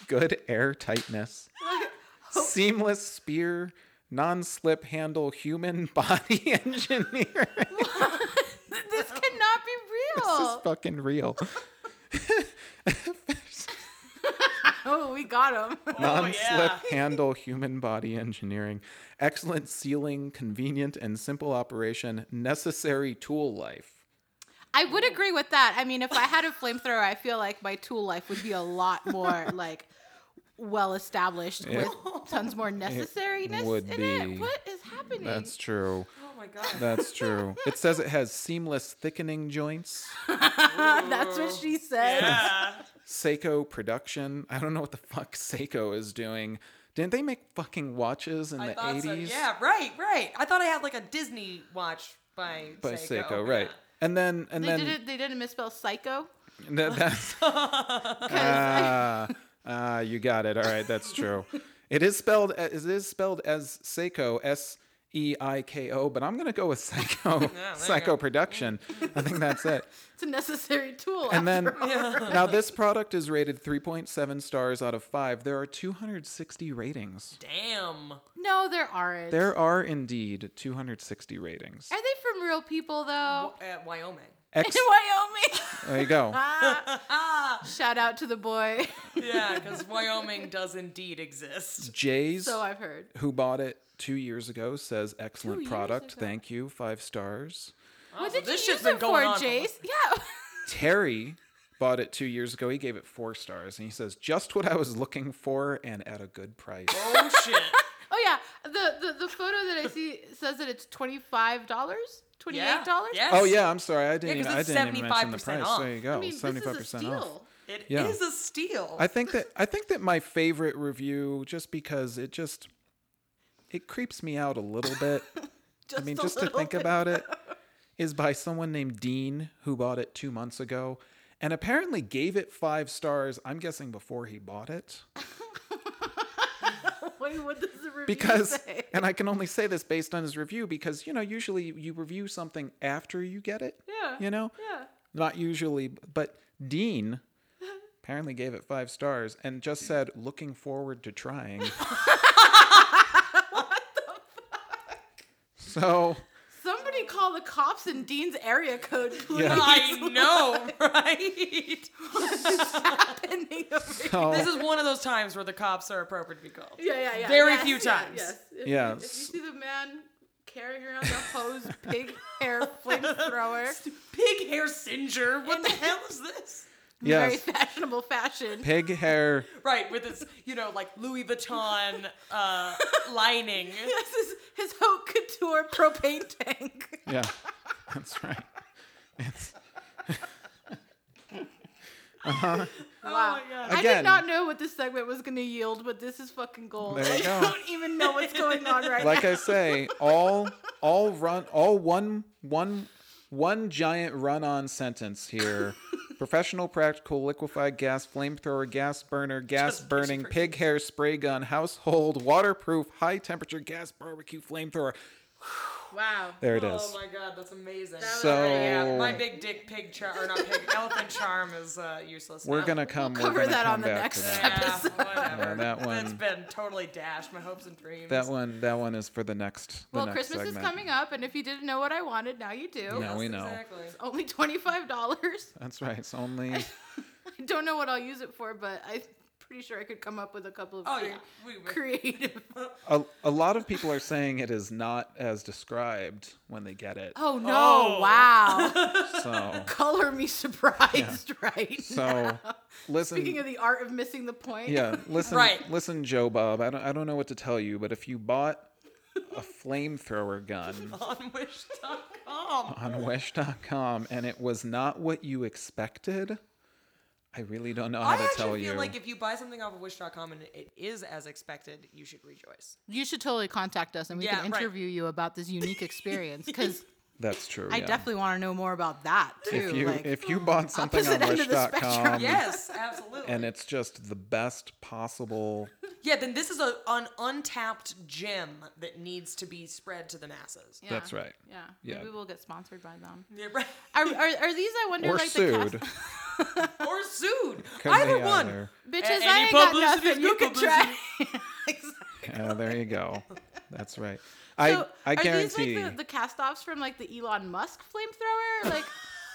A: Good air tightness. Seamless spear. Non slip handle human body engineer.
C: this cannot be
A: This is
C: real.
A: fucking real.
C: Oh, we got him.
B: Oh,
A: Non slip
B: yeah.
A: handle human body engineering. Excellent sealing, convenient and simple operation, necessary tool life.
C: I would agree with that. I mean, if I had a flamethrower, I feel like my tool life would be a lot more like well established with tons more necessariness
A: would
C: in it.
A: be.
C: What is happening?
A: That's true.
B: Oh my god.
A: That's true. It says it has seamless thickening joints.
C: That's what she said.
B: Yeah.
A: Seiko production. I don't know what the fuck Seiko is doing. Didn't they make fucking watches in
B: I
A: the
B: thought
A: 80s?
B: so. Yeah, right, right. I thought I had like a Disney watch by
A: By
B: Seiko.
A: Seiko, right. And then, and
C: They
A: then,
C: didn't. They didn't misspell psycho.
A: that- that's,
C: 'cause I-
A: ah, ah, you got it. All right, that's true. It is spelled, as- it is spelled as Seiko, S E I K O, but I'm going to go with Seiko,
B: Oh, there you
A: Psycho
B: go.
A: production. I think that's it.
C: it's a necessary tool.
A: And then,
C: after all.
A: now this product is rated 3.7 stars out of 5. There are 260 ratings.
B: Damn.
C: no, there aren't.
A: There are indeed 260 ratings.
C: Are they from real people though?
B: At Wyoming.
A: Ex-
C: In Wyoming.
A: there you go.
C: Ah, Shout out to the boy.
B: Yeah, because Wyoming does indeed exist.
A: Jay's,
C: so I've heard.
A: who bought it two years ago, says
C: Two
A: excellent
C: years
A: product.
C: ago.
A: Thank you. Five stars.
C: what did
B: this
C: you
B: shit's
C: use
B: been
C: it
B: going
C: for,
B: on for
C: Jace? Yeah.
A: Terry bought it two years ago. He gave it four stars, and he says just what I was looking for and at a good price.
B: Oh shit.
C: Oh yeah. The, the the photo that I see says that it's twenty five dollars, twenty eight dollars.
B: Yeah.
A: Oh yeah, I'm sorry. I didn't.
B: 'cause
A: even, I
B: it's
A: didn't even mention the
B: 75%
A: price.
B: off.
A: There you go.
C: I mean,
A: Seventy five
C: this is a
A: percent
C: steal.
A: off.
B: It is
A: Yeah.
B: a steal.
A: I think that I think that my favorite review, just because it just it creeps me out a little bit. I mean,
C: a
A: just to
C: little
A: think
C: bit.
A: about it, is by someone named Dean who bought it two months ago, and apparently gave it five stars. I'm guessing before he bought it,
C: Wait, what does the review
A: because
C: say?
A: and I can only say this based on his review because you know usually you review something after you get it.
C: Yeah.
A: You know.
C: Yeah.
A: Not usually, but Dean apparently gave it five stars and just said, "Looking forward to trying." So
C: Somebody call the cops in Dean's area code, please.
A: Yeah.
B: I know, right?
C: Happening over here.
A: so
B: This is one of those times where the cops are appropriate to be called.
C: Yeah, yeah, yeah.
B: Very
C: Yes,
B: few
C: yeah,
B: times.
C: Yes. If,
A: Yeah.
C: You, if you see the man carrying around the hose, pig hair, flamethrower,
B: Pig hair cinger. What the hell is this?
C: in very
A: yes,
C: fashionable fashion.
A: pig hair.
B: Right, with this, you know, like Louis Vuitton uh, lining.
C: Yes, his, his haute couture propane tank.
A: Yeah, that's right. It's,
C: Wow.
B: Oh my God.
C: I did
A: Again.
C: not know what this segment was going to yield, but this is fucking gold.
A: There you go.
C: I don't even know what's going on right
A: like
C: now.
A: I say, all all run all one one one giant run on sentence here. Professional, practical, liquefied gas, flamethrower, gas burner, gas burning, pig hair spray gun, household, waterproof, high temperature gas barbecue flamethrower.
C: wow.
A: There it
B: Oh
A: is.
B: my god, that's amazing.
C: was
A: So
B: yeah, my big dick pig charm, or not pig, elephant charm is uh, useless.
A: we're
B: now.
A: gonna come.
C: cover
A: we're gonna
C: that
A: come
C: on the
A: back to
C: next
A: that.
B: Yeah,
C: episode.
B: whatever.
A: Yeah, that
B: That's
A: one-
B: been totally dashed. My hopes and dreams.
A: That one. That one is for the next. The
C: Well,
A: next
C: Christmas
A: segment.
C: is coming up, and if you didn't know what I wanted, now you do.
A: Yeah. we know.
B: Exactly.
C: It's only $25.
A: That's right. It's only.
C: I don't know what I'll use it for, but I'm pretty sure I could come up with a couple of
B: Oh,
C: cre-
B: yeah. We were-
C: creative.
A: A, a lot of people are saying it is not as described when they get it.
C: Oh no!
B: Oh.
C: Wow.
A: So,
C: Color me surprised, right?
A: so listen.
C: Speaking of the art of missing the point.
A: yeah, listen,
B: Right.
A: listen, Joe Bob. I don't, I don't know what to tell you, but if you bought a flamethrower gun
B: on
C: Oh.
B: wish.com.
A: on Wish.com and it was not what you expected, I really don't know how
B: I
A: to
B: actually
A: tell
B: feel
A: you.
B: like if you buy something off of wish.com and it is as expected, you should rejoice.
C: You should totally contact us and we
B: Yeah,
C: can
B: right.
C: interview you about this unique experience because
A: That's true.
C: I
A: yeah.
C: definitely want to know more about that too.
A: If you
C: like,
A: if you bought something on
C: opposite end of the spectrum.
A: Wish.com
B: Yes, absolutely.
A: Mm-hmm. and it's just the best possible
B: yeah, then this is a, an untapped gem that needs to be spread to the masses.
C: yeah.
A: that's right.
C: Yeah.
A: Yeah.
C: Maybe we'll get sponsored by them.
B: Yeah, right.
C: Are, are, are these, I wonder,
A: or
C: like the
A: sued.
C: cast-
B: or sued.
A: Could
B: Either
A: be
B: one.
A: either.
C: Bitches,
B: A-
C: I
B: any
C: ain't got
B: publicity is
C: nothing. You
B: good
C: can try. Exactly.
A: Yeah, there you go. That's right. I
C: So,
A: I
C: Are
A: guarantee.
C: these like the, the cast-offs from like the Elon Musk flamethrower? Like,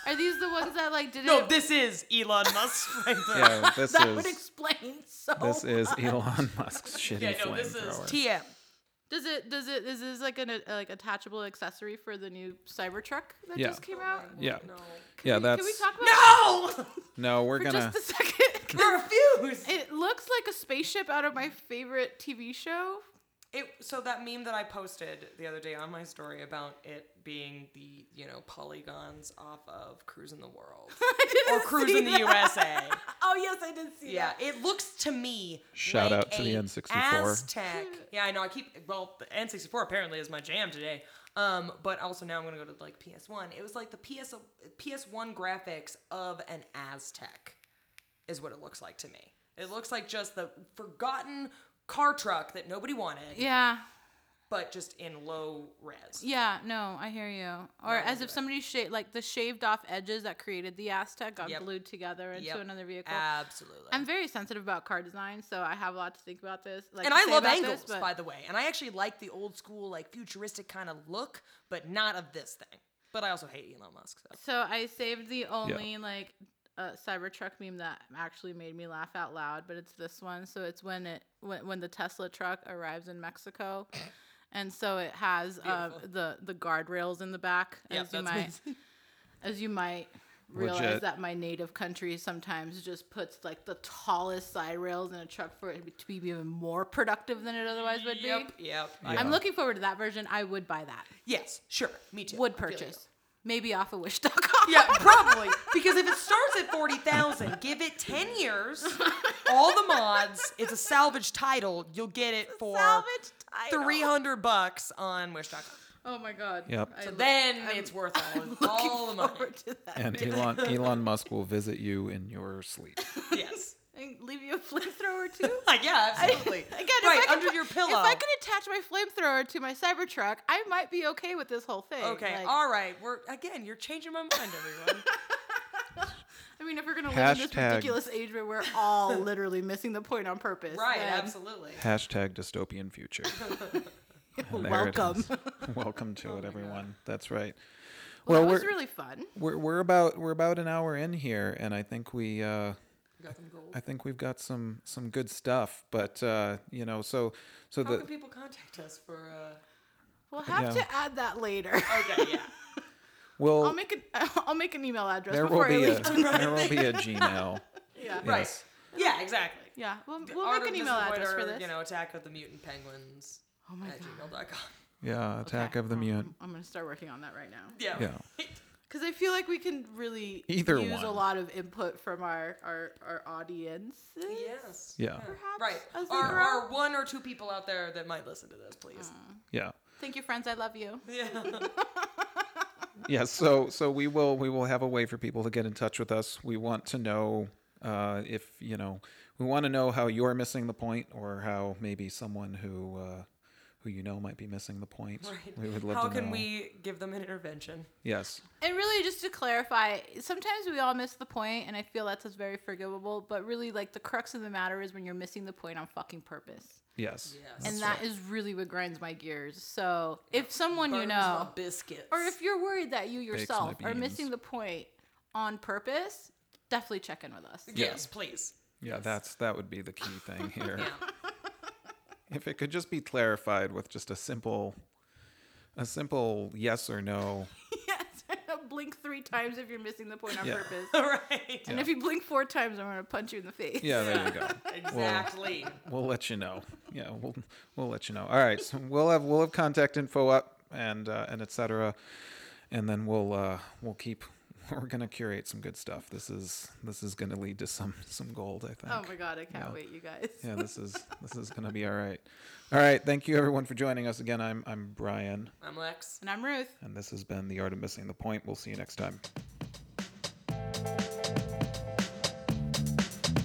C: are these the ones that like did
B: No,
C: it?
B: this is Elon Musk. right there.
A: yeah, this
C: that would
A: is
C: explain so.
A: this is Elon Musk's shitty
B: Yeah, no, this is
A: flamethrower.
B: TM.
C: Does it? Does it? Is this like an uh, like attachable accessory for the new Cybertruck that
A: Yeah.
C: just came out?
A: yeah,
B: No.
A: yeah. That's
C: Can we talk
B: No!
C: about
A: no. We're
C: for
A: gonna
C: just a second?
B: I refuse.
C: it looks like a spaceship out of my favorite TV show.
B: It so that meme that I posted the other day on my story about it being the you know polygons off of Cruise in the World
C: I didn't
B: or Cruise
C: see
B: in the
C: that.
B: USA.
C: Oh yes, I did see
B: Yeah,
C: that.
B: it looks to me.
A: Shout
B: like
A: out to the
B: a
A: N64.
B: Aztec. Yeah, I know. I keep well. The N64 apparently is my jam today. Um, but also now I'm gonna go to like PS1. It was like the PS PS1 graphics of an Aztec, is what it looks like to me. It looks like just the forgotten car truck that nobody wanted.
C: Yeah.
B: but just in low res.
C: Yeah, no, I hear you. Or as if somebody shaved, like the shaved off edges that created the Aztec got
B: Yep.
C: glued together into
B: Yep.
C: another vehicle.
B: Absolutely.
C: I'm very sensitive about car design, so I have a lot to think about this. Like,
B: and
C: to
B: I
C: say
B: love
C: about
B: angles,
C: this, but
B: by the way. And I actually like the old school, like futuristic kind of look, but not of this thing. But I also hate Elon Musk. So.
C: So I saved the only like uh, Cybertruck meme that actually made me laugh out loud, but it's this one. So it's when it when, when the Tesla truck arrives in Mexico, and so it has uh,
B: Beautiful.
C: the the guardrails in the back,
B: Yeah,
C: as you
B: that's
C: might as you might realize
A: Legit.
C: that my native country sometimes just puts like the tallest side rails in a truck for it to be even more productive than it otherwise would
B: Yep,
C: be.
B: yep. I-
A: Yeah.
C: I'm looking forward to that version. I would buy that.
B: yes, sure. Me too.
C: Would
B: I feel you.
C: purchase. Maybe off of wish.com.
B: Yeah, probably. because if it starts at 40,000, give it 10 years, all the mods, it's a salvage title, you'll get it for
C: Salvage title.
B: 300 bucks on wish.com.
C: Oh my god.
A: Yep.
C: I
B: So
C: lo-
B: then
C: I'm
B: it's worth all,
C: looking
B: all the money.
C: forward to that.
A: and Elon Elon Musk will visit you in your sleep.
B: Yes.
C: And leave you a flamethrower too.
B: Like, yeah, absolutely.
C: Again,
B: right,
C: if I could
B: under
C: put-
B: your pillow.
C: If I could attach my flamethrower to my Cybertruck, I might be okay with this whole thing.
B: Okay,
C: Like,
B: all right. We're again, you're changing my mind, everyone.
C: I mean, if we're gonna live in this
A: Hashtag-
C: ridiculous age where we're all literally missing the point on purpose,
B: right,
C: then
B: absolutely.
A: Hashtag dystopian future. And there it
C: Welcome. Oh
A: is. Welcome to it, everyone. That's right. Well,
C: Well, that
A: we're,
C: was really fun.
A: we're we're about we're about an hour in here, and I think we. Uh,
B: Got some gold.
A: I think we've got some some good stuff, but uh, you know, so so
B: How
A: the
B: can people contact us for? uh
C: We'll have
A: Yeah.
C: to add that later.
B: Okay, yeah.
C: I'll
A: well
C: make an I'll make an email address
A: there will
C: before I
A: be a
C: leave.
A: there will be a Gmail.
C: yeah.
B: Right.
A: Yes.
B: Yeah, exactly.
C: Yeah, we'll,
B: The
C: we'll
B: Art
C: make
B: of
C: an email address for
B: Disorder,
C: this.
B: You know, Attack of the Mutant Penguins
C: oh my
B: at
C: god.
B: gmail.com.
A: Yeah, Attack
C: Okay, Um,
A: of the
C: I'm-
A: Mutant.
C: I'm, I'm gonna start working on that right now.
B: Yeah.
A: Yeah.
C: Because I feel like we can really
A: Either
C: use a
A: one.
C: lot of input from our our, our audience.
B: Yes.
A: Yeah.
C: Perhaps
B: Right.
C: as a
B: Or,
C: girl.
B: or one or two people out there that might listen to this, please.
C: Uh.
A: Yeah.
C: Thank you, friends. I love you.
B: yeah.
A: yeah so so we will we will have a way for people to get in touch with us we want to know uh, if you know we want to know how you're missing the point or how maybe someone who uh, who you know might be missing the point
B: Right.
A: we would love
B: How
A: to
B: can
A: know
B: we give them an intervention?
A: yes
C: And really, just to clarify, sometimes we all miss the point, and I feel that's just very forgivable. But really, like the crux of the matter is when you're missing the point on fucking purpose,
A: yes
B: Yes.
C: and
A: That's
C: that is really what grinds my gears. So if someone you
B: Burns
C: know,
B: my biscuits.
C: or if you're worried that you
A: my
C: yourself are
A: beans.
C: missing the point on purpose, definitely check in with us.
B: yes, please.
A: Yeah, that's that would be the key thing here.
B: Yeah.
A: If it could just be clarified with just a simple a simple yes or no.
C: yes. blink three times if you're missing the point on
A: Yeah.
C: purpose.
B: All right.
C: And if you blink four times, I'm gonna punch you in the face.
A: Yeah, there you go.
B: Exactly.
A: We'll let you know. Yeah, we'll we'll let you know. All right, so we'll have we'll have contact info up and uh, and etc. And then we'll uh, we'll keep. We're gonna curate some good stuff. This is this is gonna lead to some some gold. I think.
C: Oh my god, I can't wait, you guys.
A: yeah, this is this is gonna be all right. All right, thank you everyone for joining us again. I'm I'm Brian,
B: I'm Lex.
C: And I'm Ruth.
A: and this has been the art of missing the point. We'll see you next time.